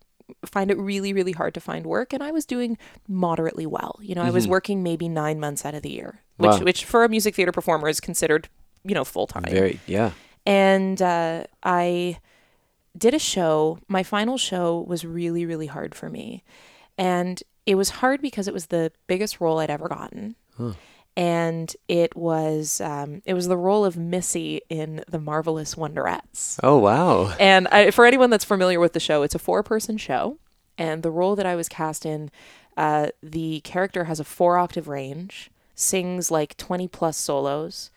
S2: find it really really hard to find work, and I was doing moderately well. You know, I was working maybe nine months out of the year, which
S1: Mm-hmm. Wow.
S2: which for a music theater performer is considered you know full time
S1: Very, yeah.
S2: and uh, I did a show. My final show was really, really hard for me, and it was hard because it was the biggest role I'd ever gotten, and it was um, it was the role of Missy in the Marvelous Wonderettes.
S1: Oh, wow.
S2: And I, for anyone that's familiar with the show, it's a four person show. And the role that I was cast in, uh, the character has a four octave range, sings like 20 plus solos,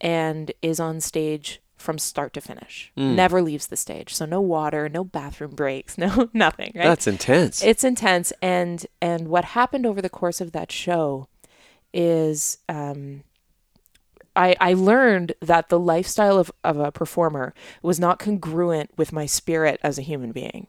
S2: and is on stage from start to finish. Never leaves the stage. So no water, no bathroom breaks, no nothing, right?
S1: That's intense.
S2: It's intense, and and what happened over the course of that show is, um, I I learned that the lifestyle of of a performer was not congruent with my spirit as a human being,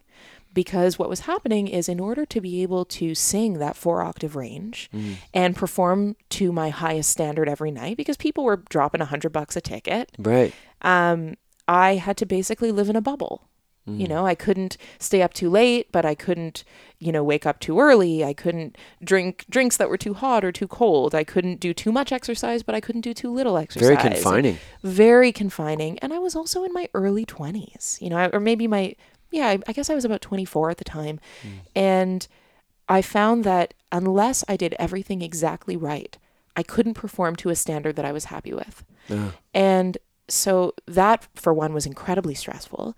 S2: because what was happening is, in order to be able to sing that four octave range and perform to my highest standard every night, because people were dropping a hundred bucks a ticket,
S1: right.
S2: um, I had to basically live in a bubble. You know, I couldn't stay up too late, but I couldn't, you know, wake up too early. I couldn't drink drinks that were too hot or too cold. I couldn't do too much exercise, but I couldn't do too little exercise.
S1: Very confining.
S2: Very confining. And I was also in my early 20s, you know, I- or maybe my, yeah, I, I guess I was about 24 at the time. And I found that unless I did everything exactly right, I couldn't perform to a standard that I was happy with. And so that, for one, was incredibly stressful.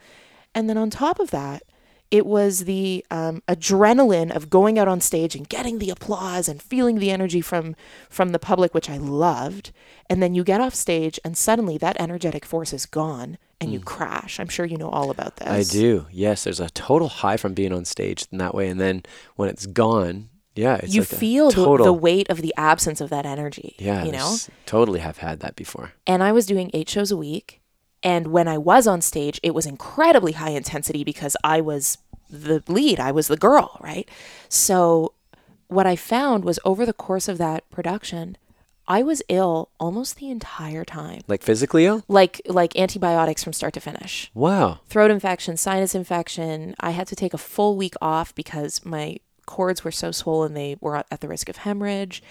S2: And then on top of that, it was the um, adrenaline of going out on stage and getting the applause and feeling the energy from from the public, which I loved. And then you get off stage, and suddenly that energetic force is gone, and you crash. I'm sure you know all about this.
S1: Mm. I do. Yes. There's a total high from being on stage in that way. And then when it's gone, yeah, it's
S2: you
S1: like a
S2: feel the,
S1: total.
S2: the weight of the absence of that energy.
S1: yeah,
S2: you know.
S1: there's- totally have had that before.
S2: and I was doing eight shows a week. And when I was on stage, it was incredibly high intensity because I was the lead, I was the girl, right? So, what I found was over the course of that production, I was ill almost the entire time,
S1: Like physically ill?
S2: like like antibiotics from start to finish
S1: Wow.
S2: throat infection, sinus infection. I had to take a full week off because my cords were so swollen they were at the risk of hemorrhage.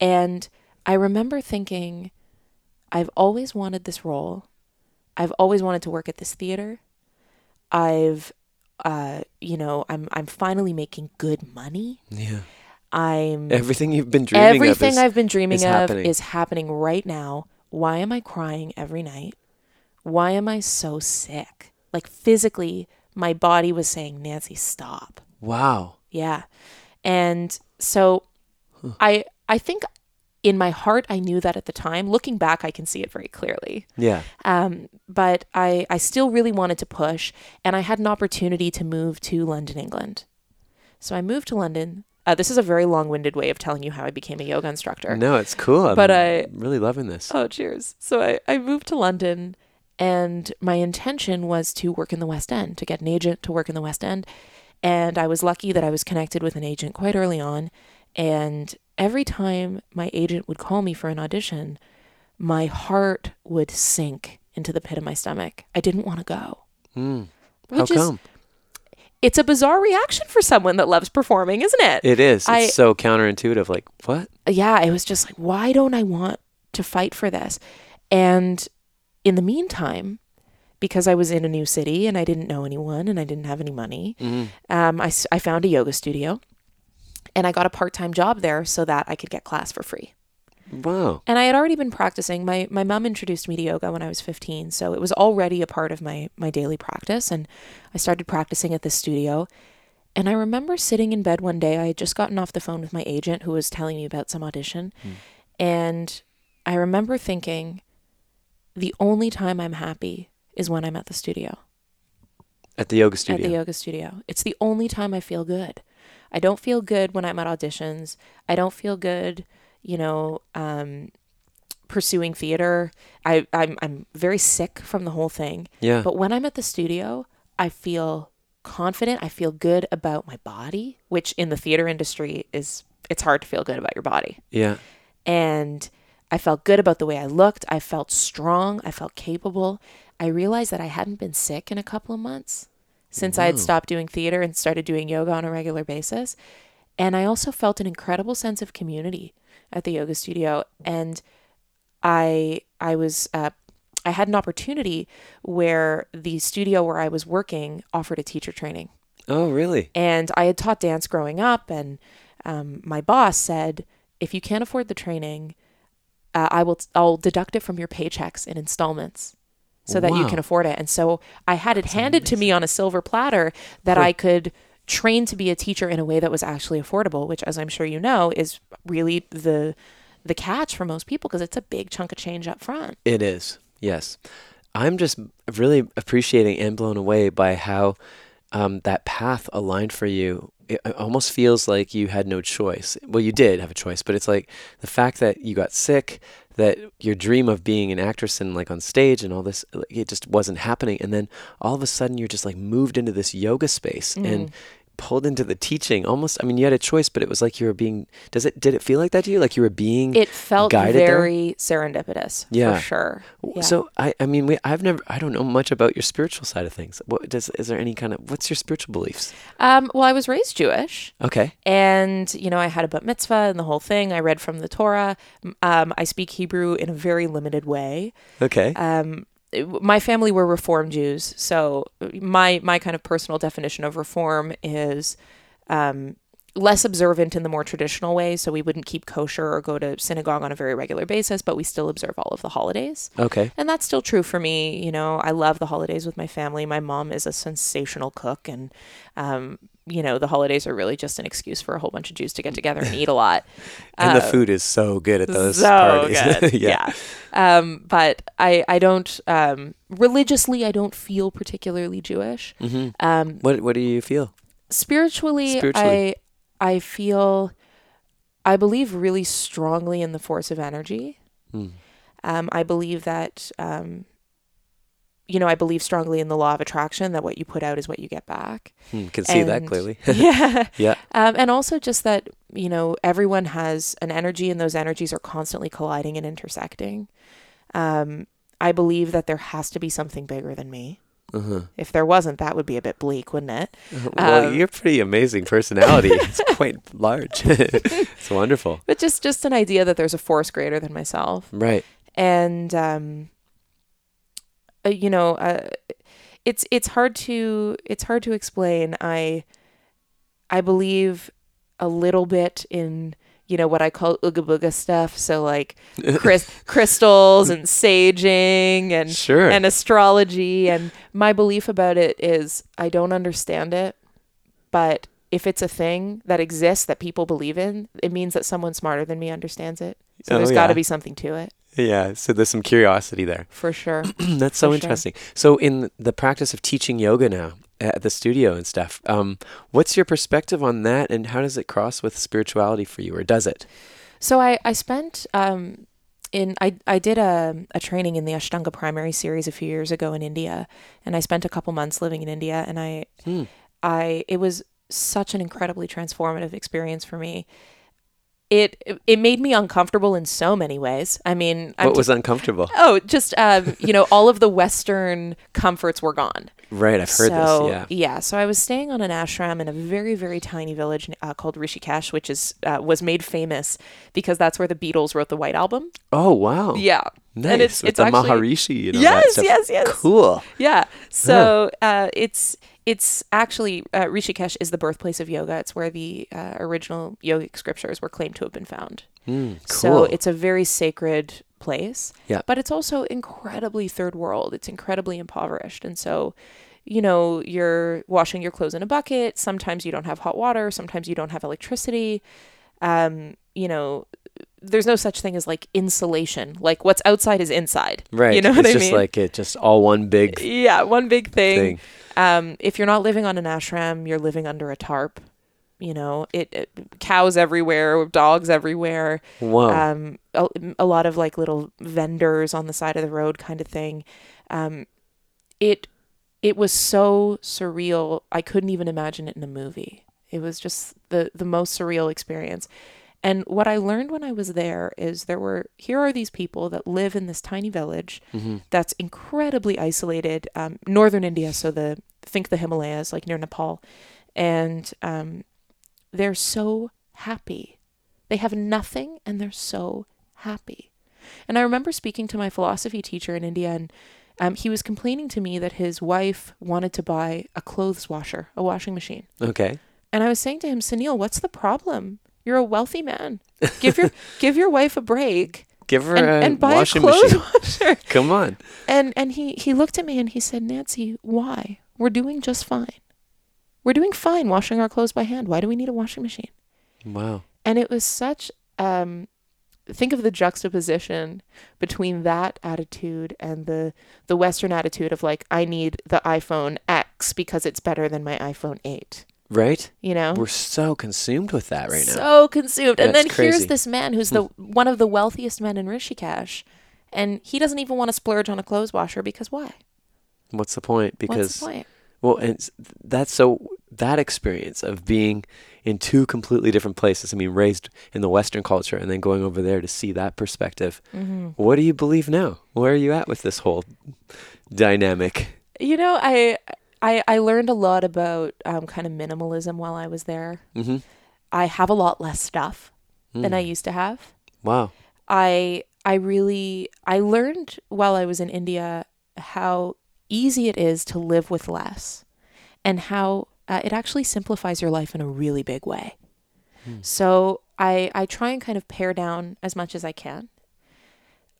S2: And I remember thinking, I've always wanted this role. I've always wanted to work at this theater. I've, uh, you know, I'm I'm finally making good money.
S1: Yeah.
S2: I'm
S1: Everything you've been dreaming of
S2: everything
S1: is-
S2: I've been dreaming
S1: is
S2: of
S1: happening.
S2: is happening right now. Why am I crying every night? Why am I so sick? Like physically, my body was saying, "Nancy, stop."
S1: Wow.
S2: Yeah. And so I I think in my heart I knew that at the time. Looking back, I can see it very clearly.
S1: Yeah.
S2: Um, but I, I still really wanted to push, and I had an opportunity to move to London, England. So I moved to London. Uh, this is a very long winded way of telling you how I became a yoga instructor.
S1: No, it's cool. I'm
S2: Er, But I-
S1: really loving this.
S2: Oh, cheers. So I, I moved to London, and my intention was to work in the West End, to get an agent to work in the West End. And I was lucky that I was connected with an agent quite early on. And every time my agent would call me for an audition, my heart would sink into the pit of my stomach. I didn't want to go.
S1: Hmm. How
S2: Which is,
S1: come?
S2: it's a bizarre reaction for someone that loves performing, isn't it?
S1: It is. It's
S2: I-
S1: so counterintuitive. Like, what?
S2: yeah, it was just like, why don't I want to fight for this? And in the meantime, because I was in a new city and I didn't know anyone and I didn't have any money.
S1: Mhm.
S2: Um, I, s- I found a yoga studio and I got a part time job there so that I could get class for free.
S1: Wow.
S2: And I had already been practicing. My my mom introduced me to yoga when I was 15, so it was already a part of my my daily practice and I started practicing at this studio. And I remember sitting in bed one day, I had just gotten off the phone with my agent who was telling me about some audition. And I remember thinking the only time I'm happy is when I'm at the studio,
S1: At the yoga
S2: at
S1: studio.
S2: the yoga studio. It's the only time I feel good. I don't feel good when I'm at auditions. I don't feel good, you know, um, pursuing theater. I, I'm, I'm very sick from the whole thing.
S1: yeah.
S2: But when I'm at the studio, I feel confident. I feel good about my body, which in the theater industry is, it's hard to feel good about your body.
S1: yeah.
S2: And I felt good about the way I looked. I felt strong. I felt capable. I realized that I hadn't been sick in a couple of months since I had stopped doing theater and started doing yoga on a regular basis. And I also felt an incredible sense of community at the yoga studio. And I I was uh, I had an opportunity where the studio where I was working offered a teacher training.
S1: Oh, really?
S2: And I had taught dance growing up, and um, my boss said, if you can't afford the training, uh, I will I'll deduct it from your paychecks in installments so that you
S1: Wow.
S2: can afford it. And so I had it handed to me on a silver platter that I could train to be a teacher in a way that was actually affordable, which as I'm sure you know is really the the catch for most people because it's a big chunk of change up front.
S1: It is. Yes. I'm just really appreciating and blown away by how um, that path aligned for you. It it almost feels like you had no choice. Well, you did have a choice, but it's like the fact that you got sick, that your dream of being an actress and like on stage and all this, like, it just wasn't happening. And then all of a sudden, you're just like moved into this yoga space and pulled into the teaching. Almost, I mean, you had a choice, but it was like you were being. Does it? Did it feel like that to you? Like you were being
S2: It felt
S1: Mm. guided there?
S2: very serendipitous
S1: Yeah.
S2: for sure.
S1: W-
S2: Yeah.
S1: So I, I mean, we, I've never, I don't know much about your spiritual side of things. What does, is there any kind of, what's your spiritual beliefs?
S2: um, well, I was raised Jewish.
S1: Okay.
S2: and you know i had a bat mitzvah and the whole thing i read from the torah um, i speak hebrew in a very limited way
S1: Okay.
S2: um, it- my family were reform jews so my my kind of personal definition of reform is um, less observant in the more traditional way so we wouldn't keep kosher or go to synagogue on a very regular basis but we still observe all of the holidays
S1: okay.
S2: and that's still true for me. You know, I love the holidays with my family. My mom is a sensational cook, and um, you know, the holidays are really just an excuse for a whole bunch of Jews to get together and eat a lot.
S1: And the
S2: Uh,
S1: food is so good at those
S2: so
S1: parties.
S2: good. yeah. Um, but I, I don't um, religiously, I don't feel particularly Jewish.
S1: hmm
S2: Um,
S1: What, what do you feel?
S2: spiritually,
S1: Spiritually.
S2: I, I feel, I believe really strongly in the force of energy.
S1: Mm.
S2: Um, I believe that, um, you know, I believe strongly in the law of attraction that what you put out is what you get back.
S1: Hmm, can see that
S2: And-
S1: clearly.
S2: yeah.
S1: Yeah.
S2: Um, and also just that, you know, everyone has an energy and those energies are constantly colliding and intersecting. Um, I believe that there has to be something bigger than me.
S1: Uh-huh.
S2: If there wasn't, that would be a bit bleak, wouldn't it?
S1: well,
S2: Um,
S1: you're pretty amazing personality. it's quite large. it's wonderful.
S2: But just just an idea that there's a force greater than myself.
S1: Right.
S2: and um, uh, you know, uh, it's it's hard to it's hard to explain. I I believe a little bit in you know what I call ooga booga stuff. So like crys- crystals and saging and
S1: Sure.
S2: and astrology. And my belief about it is I don't understand it, but if it's a thing that exists that people believe in, it means that someone smarter than me understands it. So
S1: Oh,
S2: there's got
S1: yeah.
S2: to be something to it
S1: yeah. So there's some curiosity there.
S2: for sure.
S1: That's so
S2: For sure.
S1: interesting. So, in the practice of teaching yoga now at the studio and stuff, um, what's your perspective on that, and how does it cross with spirituality for you, or does it?
S2: So I I spent um in I I did a a training in the Ashtanga primary series a few years ago in India, and I spent a couple months living in India, and I
S1: Hmm.
S2: I it was such an incredibly transformative experience for me. It it made me uncomfortable in so many ways. I mean, I'm
S1: what was uncomfortable?
S2: oh, just um, you know, all of the Western comforts were gone.
S1: Right, I've heard
S2: so,
S1: this. Yeah.
S2: So I was staying on an ashram in a very, very tiny village uh, called Rishikesh, which is uh, was made famous because that's where the Beatles wrote the White Album.
S1: Oh wow.
S2: Yeah.
S1: Nice.
S2: and it's
S1: With
S2: it's
S1: the
S2: actually
S1: Maharishi and all that
S2: yes,
S1: stuff.
S2: yes, yes.
S1: Cool.
S2: Yeah. So uh, it's it's actually uh, Rishikesh is the birthplace of yoga. It's where the uh, original yogic scriptures were claimed to have been found.
S1: Mm, cool.
S2: So it's a very sacred place.
S1: Yeah.
S2: But it's also incredibly third world. It's incredibly impoverished. And so, you know, you're washing your clothes in a bucket. Sometimes you don't have hot water. Sometimes you don't have electricity. Um, you know, there's no such thing as like insulation. Like what's outside is inside.
S1: right.
S2: You know
S1: it's
S2: what I
S1: just
S2: mean?
S1: like it just all one big
S2: yeah, one big thing.
S1: thing.
S2: Um, if you're not living on an ashram, you're living under a tarp. You know, it, it cows everywhere, dogs everywhere
S1: Whoa.
S2: um, a, a lot of like little vendors on the side of the road kind of thing. Um, it it was so surreal. I couldn't even imagine it in a movie. It was just the the most surreal experience. And what I learned when I was there is there were here are these people that live in this tiny village that's incredibly isolated, um, northern India. So the think the Himalayas, like near Nepal, and um, they're so happy. They have nothing and they're so happy. And I remember speaking to my philosophy teacher in India, and um, he was complaining to me that his wife wanted to buy a clothes washer, a washing machine.
S1: okay.
S2: And I was saying to him, Sunil, what's the problem? You're a wealthy man. Give your give your wife a break
S1: Give her
S2: and,
S1: a
S2: and buy a
S1: washing
S2: clothes
S1: machine.
S2: washer.
S1: Come on.
S2: And and he he looked at me and he said, "Nancy, why? We're doing just fine. We're doing fine washing our clothes by hand. Why do we need a washing machine?"
S1: Wow.
S2: and it was such um think of the juxtaposition between that attitude and the the western attitude of like i need the iphone x because it's better than my iphone 8
S1: Right?
S2: you know
S1: We're so consumed with that right now.
S2: Oh. so consumed and
S1: That's
S2: then
S1: crazy. Hmm.
S2: here's this man who's the one of the wealthiest men in rishikesh and he doesn't even want to splurge on a clothes washer because why
S1: What's the point? Because
S2: what's the point
S1: Well, and it's- that's so that experience of being in two completely different places. I mean, raised in the Western culture and then going over there to see that perspective.
S2: Mm-hmm.
S1: What do you believe now? Where are you at with this whole dynamic?
S2: you know i i, I learned a lot about um, kind of minimalism while i was there
S1: Mm-hmm.
S2: I have a lot less stuff than I
S1: Hmm.
S2: used to have.
S1: Wow.
S2: I I really I learned while I was in India how easy it is to live with less and how uh, it actually simplifies your life in a really big way. So I I try and kind of pare down as much as I can.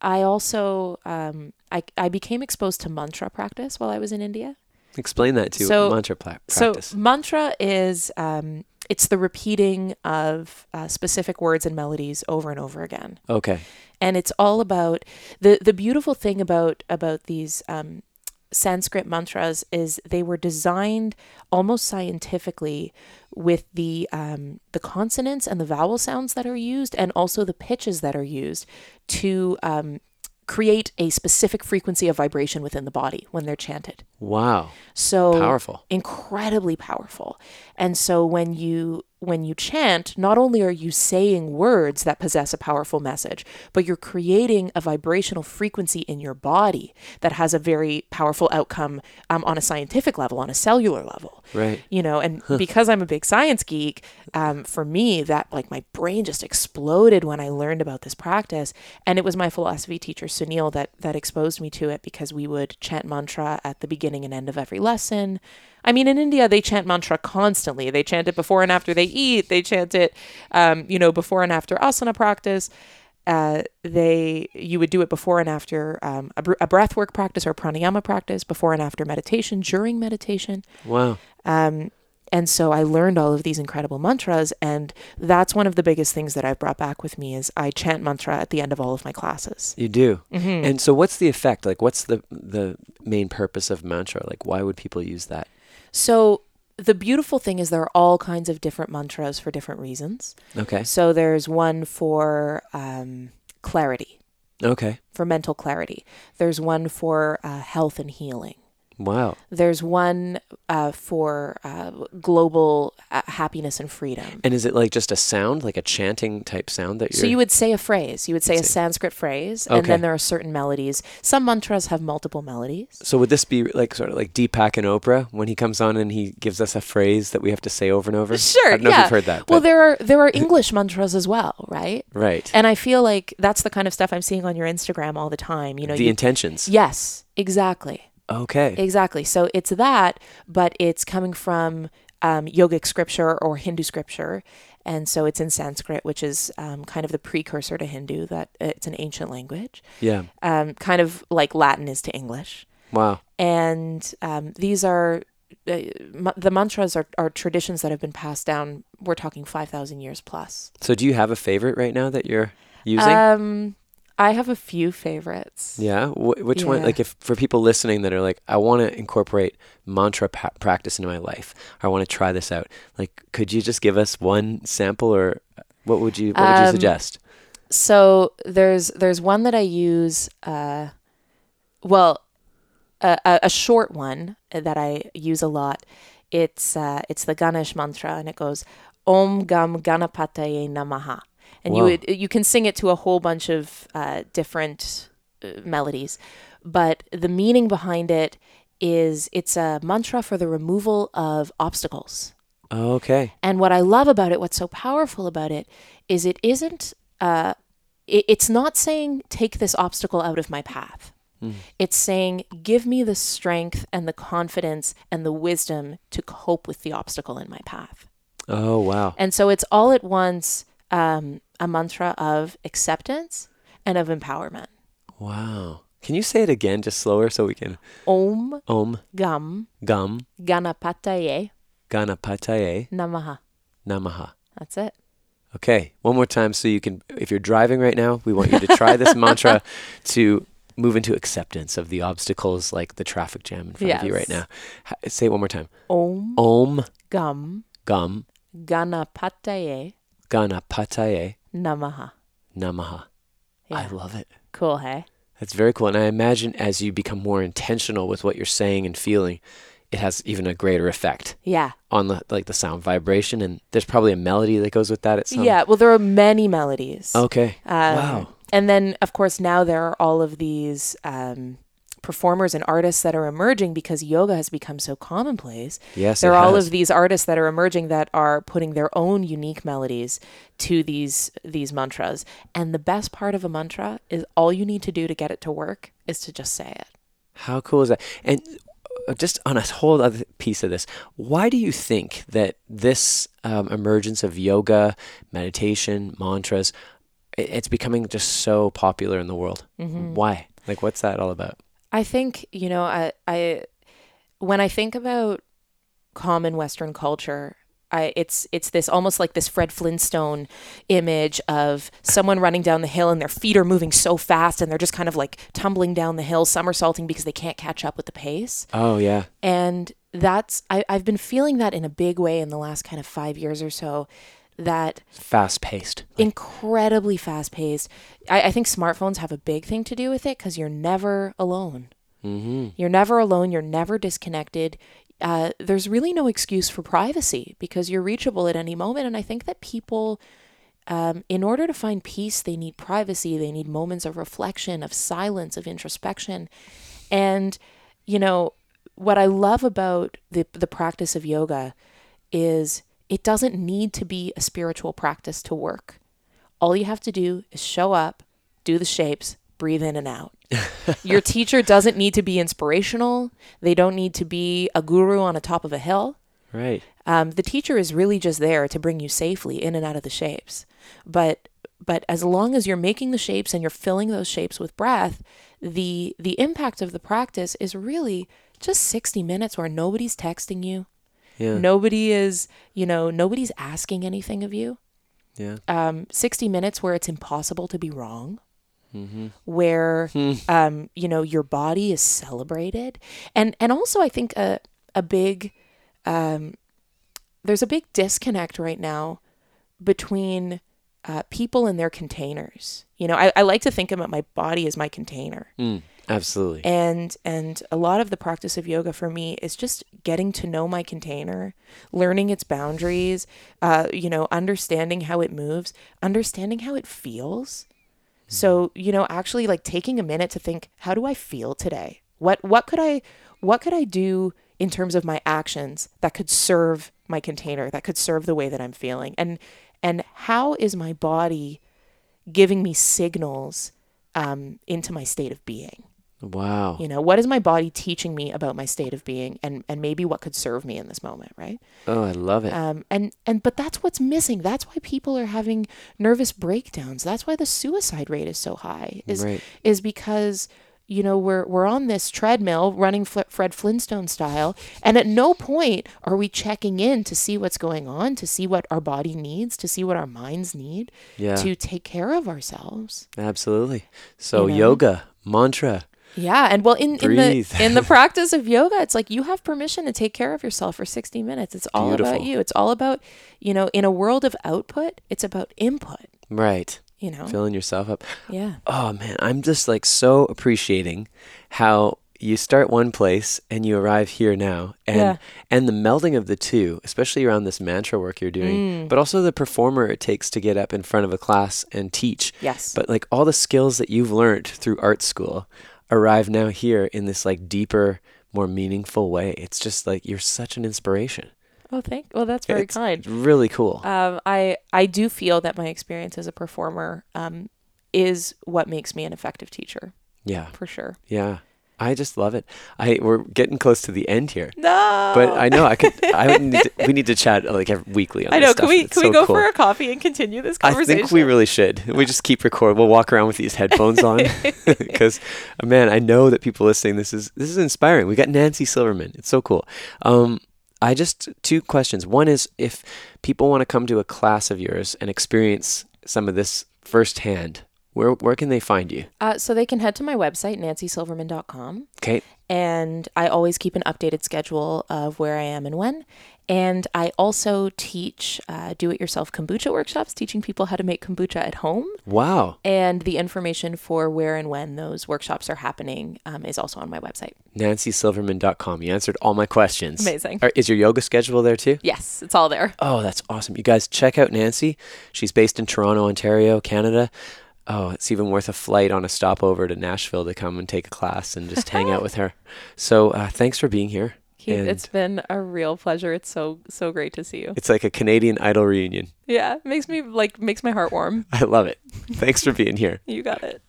S2: I also um, I I became exposed to mantra practice while I was in India.
S1: Explain that to
S2: So-
S1: mantra pla- practice.
S2: So mantra is um, it's the repeating of uh, specific words and melodies over and over again,
S1: okay.
S2: and it's all about the the beautiful thing about about these um, Sanskrit mantras is they were designed almost scientifically with the um, the consonants and the vowel sounds that are used, and also the pitches that are used to um, create a specific frequency of vibration within the body when they're chanted.
S1: Wow.
S2: So
S1: Powerful.
S2: incredibly powerful. And so when you when you chant, not only are you saying words that possess a powerful message, but you're creating a vibrational frequency in your body that has a very powerful outcome um, on a scientific level, on a cellular level.
S1: Right.
S2: You know, and because I'm a big science geek, um, for me, that like my brain just exploded when I learned about this practice. And it was my philosophy teacher, Sunil, that, that exposed me to it because we would chant mantra at the beginning and end of every lesson. I mean, in India, they chant mantra constantly. They chant it before and after they eat, they chant it, um, you know, before and after asana practice. Uh, they you would do it before and after um, a, br- a breath work practice or pranayama practice before and after meditation during meditation
S1: Wow.
S2: um, and so I learned all of these incredible mantras, and that's one of the biggest things that I've brought back with me is I chant mantra at the end of all of my classes.
S1: You do.
S2: Mm-hmm.
S1: And so, what's the effect? Like, what's the the main purpose of mantra? Like, why would people use that?
S2: So the beautiful thing is there are all kinds of different mantras for different reasons.
S1: Okay.
S2: So there's one for um, clarity,
S1: Okay.
S2: for mental clarity. There's one for uh, health and healing.
S1: Wow.
S2: There's one uh, for uh, global uh, happiness and freedom.
S1: And is it like just a sound, like a chanting type sound that you're?
S2: So you would say a phrase. You would say a
S1: See.
S2: Sanskrit phrase, and
S1: Okay.
S2: then there are certain melodies. Some mantras have multiple melodies.
S1: So would this be like sort of like Deepak and Oprah when he comes on and he gives us a phrase that we have to say over and over?
S2: Sure,
S1: I don't know
S2: yeah.
S1: if you've heard that.
S2: Well,
S1: but-
S2: there are there are English mantras as well, right?
S1: right.
S2: And I feel like that's the kind of stuff I'm seeing on your Instagram all the time. You know,
S1: the
S2: you-
S1: intentions.
S2: yes, exactly,
S1: Okay.
S2: exactly. So it's that, but it's coming from um, yogic scripture or Hindu scripture, and so it's in Sanskrit, which is um, kind of the precursor to Hindu. That uh, it's an ancient language,
S1: yeah.
S2: um, kind of like Latin is to English.
S1: Wow.
S2: and um, these are uh, ma- the mantras are, are traditions that have been passed down. We're talking five thousand years plus.
S1: So do you have a favorite right now that you're using?
S2: Um, I have a few favorites.
S1: yeah. Wh- which one?
S2: yeah.
S1: Like if for people listening that are like, I want to incorporate mantra pa- practice into my life. I want to try this out. Like, could you just give us one sample or what would you, what would you
S2: Um,
S1: suggest?
S2: So there's there's one that I use. Uh, well, a, a, a short one that I use a lot. It's uh, it's the Ganesh mantra, and it goes Om Gam Ganapataye Namaha, and
S1: Wow.
S2: you would, you can sing it to a whole bunch of uh, different uh, melodies, but the meaning behind it is it's a mantra for the removal of obstacles.
S1: Okay.
S2: And what I love about it, what's so powerful about it, is it isn't. Uh, it, it's not saying take this obstacle out of my path. It's saying give me the strength and the confidence and the wisdom to cope with the obstacle in my path.
S1: Oh, wow.
S2: And so it's all at once um, a mantra of acceptance and of empowerment.
S1: Wow. Can you say it again just slower so we can
S2: Om
S1: Om
S2: Gam
S1: Gam
S2: Ganapataye
S1: Ganapataye
S2: Namaha.
S1: Namaha.
S2: That's it.
S1: Okay, one more time so you can, if you're driving right now, we want you to try this mantra to move into acceptance of the obstacles like the traffic jam in front of you right
S2: Yes.
S1: now. H- say it one more time
S2: Om
S1: Om
S2: Gam
S1: Gam
S2: Ganapataye
S1: Ganapataye
S2: Namaha.
S1: Namaha. I
S2: Yeah.
S1: love it.
S2: Cool, hey?
S1: That's very cool. And I imagine as you become more intentional with what you're saying and feeling, it has even a greater effect
S2: Yeah.
S1: on the, like the sound vibration. And there's probably a melody that goes with that at some
S2: Yeah. Well, there are many melodies.
S1: Okay.
S2: Um,
S1: Oh, wow.
S2: And then, of course, now there are all of these um, performers and artists that are emerging because yoga has become so commonplace.
S1: Yes,
S2: There
S1: it
S2: are all
S1: has.
S2: of these artists that are emerging that are putting their own unique melodies to these these mantras. And the best part of a mantra is all you need to do to get it to work is to just say it.
S1: How cool is that? And uh, just on a whole other piece of this, why do you think that this um, emergence of yoga, meditation, mantras, i- it's becoming just so popular in the world?
S2: Mm-hmm.
S1: Why? Like, what's that all about?
S2: I think you know I I when I think about common Western culture. I, it's it's this almost like this Fred Flintstone image of someone running down the hill and their feet are moving so fast and they're just kind of like tumbling down the hill, somersaulting because they can't catch up with the pace.
S1: Oh yeah,
S2: And that's I, I've been feeling that in a big way in the last kind of five years or so. That
S1: fast paced.
S2: incredibly fast paced. I, I think smartphones have a big thing to do with it because you're never alone.
S1: Mm-hmm.
S2: You're never alone. You're never disconnected. Uh, there's really no excuse for privacy because you're reachable at any moment. And I think that people, um, in order to find peace, they need privacy. They need moments of reflection, of silence, of introspection. And, you know, what I love about the, the practice of yoga is it doesn't need to be a spiritual practice to work. All you have to do is show up, do the shapes, breathe in and out. Your teacher doesn't need to be inspirational. They don't need to be a guru on a top of a hill.
S1: Right.
S2: Um, the teacher is really just there to bring you safely in and out of the shapes. But but as long as you're making the shapes and you're filling those shapes with breath, the the impact of the practice is really just 60 minutes where nobody's texting you.
S1: Yeah.
S2: Nobody is, you know, nobody's asking anything of you
S1: Yeah.
S2: um, 60 minutes where it's impossible to be wrong where um, you know your body is celebrated and and also i think a, a big um, there's a big disconnect right now between uh, people and their containers you know I, I like to think about my body as my container
S1: Mm. Absolutely.
S2: and and a lot of the practice of yoga for me is just getting to know my container learning its boundaries uh, you know understanding how it moves understanding how it feels so you know actually like taking a minute to think how do i feel today what what could i what could i do in terms of my actions that could serve my container that could serve the way that i'm feeling and and how is my body giving me signals um, into my state of being
S1: Wow.
S2: you know what is my body teaching me about my state of being and and maybe what could serve me in this moment right
S1: Oh, I love it.
S2: um and and but that's what's missing that's why people are having nervous breakdowns that's why the suicide rate is so high is
S1: Right.
S2: is because you know we're we're on this treadmill running Fl- Fred Flintstone style and at no point are we checking in to see what's going on to see what our body needs to see what our minds need
S1: Yeah.
S2: to take care of ourselves
S1: Absolutely. So
S2: know?
S1: yoga, mantra.
S2: Yeah, and well, in, in the
S1: Breathe.
S2: in the practice of yoga, it's like you have permission to take care of yourself for sixty minutes. It's all about
S1: Beautiful.
S2: you. It's all about you know, in a world of output, it's about input.
S1: Right.
S2: You know,
S1: Filling yourself up.
S2: yeah,
S1: Oh man, I'm just like so appreciating how you start one place and you arrive here now and
S2: Yeah.
S1: and the melding of the two, especially around this mantra work you're
S2: Mm.
S1: doing, but also the performer it takes to get up in front of a class and teach.
S2: yes,
S1: But like all the skills that you've learned through art school arrive now here in this like deeper, more meaningful way. It's just like you're such an inspiration.
S2: oh, thank. Well, that's very
S1: it's
S2: kind.
S1: Really cool.
S2: Um, I I do feel that my experience as a performer um, is what makes me an effective teacher
S1: yeah.
S2: for sure.
S1: Yeah. I just love it. I we're getting close to the end here.
S2: No,
S1: But I know I could. I would need to, we need to chat like every, weekly on.
S2: I
S1: this
S2: know.
S1: stuff.
S2: Can we
S1: It's
S2: can we
S1: so
S2: go
S1: cool.
S2: for a coffee and continue this
S1: I
S2: conversation?
S1: think we really should. We just keep recording. We'll walk around with these headphones on because, man, I know that people listening. This is this is inspiring. We got Nancy Silverman. It's so cool. Um, I just two questions. One is if people want to come to a class of yours and experience some of this firsthand, where where can they find you?
S2: uh, so they can head to my website nancysilverman.com.
S1: Okay.
S2: and I always keep an updated schedule of where I am and when. And I also teach uh, do it yourself kombucha workshops, teaching people how to make kombucha at home.
S1: Wow,
S2: And the information for where and when those workshops are happening um, is also on my website.
S1: NancySilverman.com. You answered all my questions.
S2: Amazing.
S1: Are- Is your yoga schedule there too?
S2: Yes, it's all there.
S1: Oh, that's awesome. You guys check out Nancy. She's based in Toronto, Ontario, Canada. Oh, it's even worth a flight on a stopover to Nashville to come and take a class and just hang out with her. So uh, thanks for being here.
S2: Keith,
S1: And
S2: it's been a real pleasure. It's so so great to see you.
S1: it's like a Canadian Idol reunion.
S2: Yeah, makes me like makes my heart warm.
S1: I love it. Thanks for being here.
S2: You got it.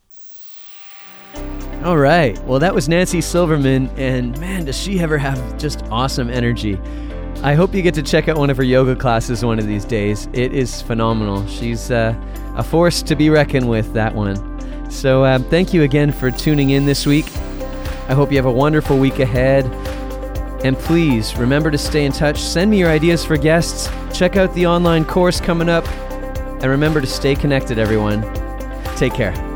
S3: All right. Well, that was Nancy Silverman, and man, does she ever have just awesome energy. I hope you get to check out one of her yoga classes one of these days. It is phenomenal. She's uh, a force to be reckoned with, that one. So, um, thank you again for tuning in this week. I hope you have a wonderful week ahead. And please remember to stay in touch. Send me your ideas for guests. Check out the online course coming up. And remember to stay connected, everyone. Take care.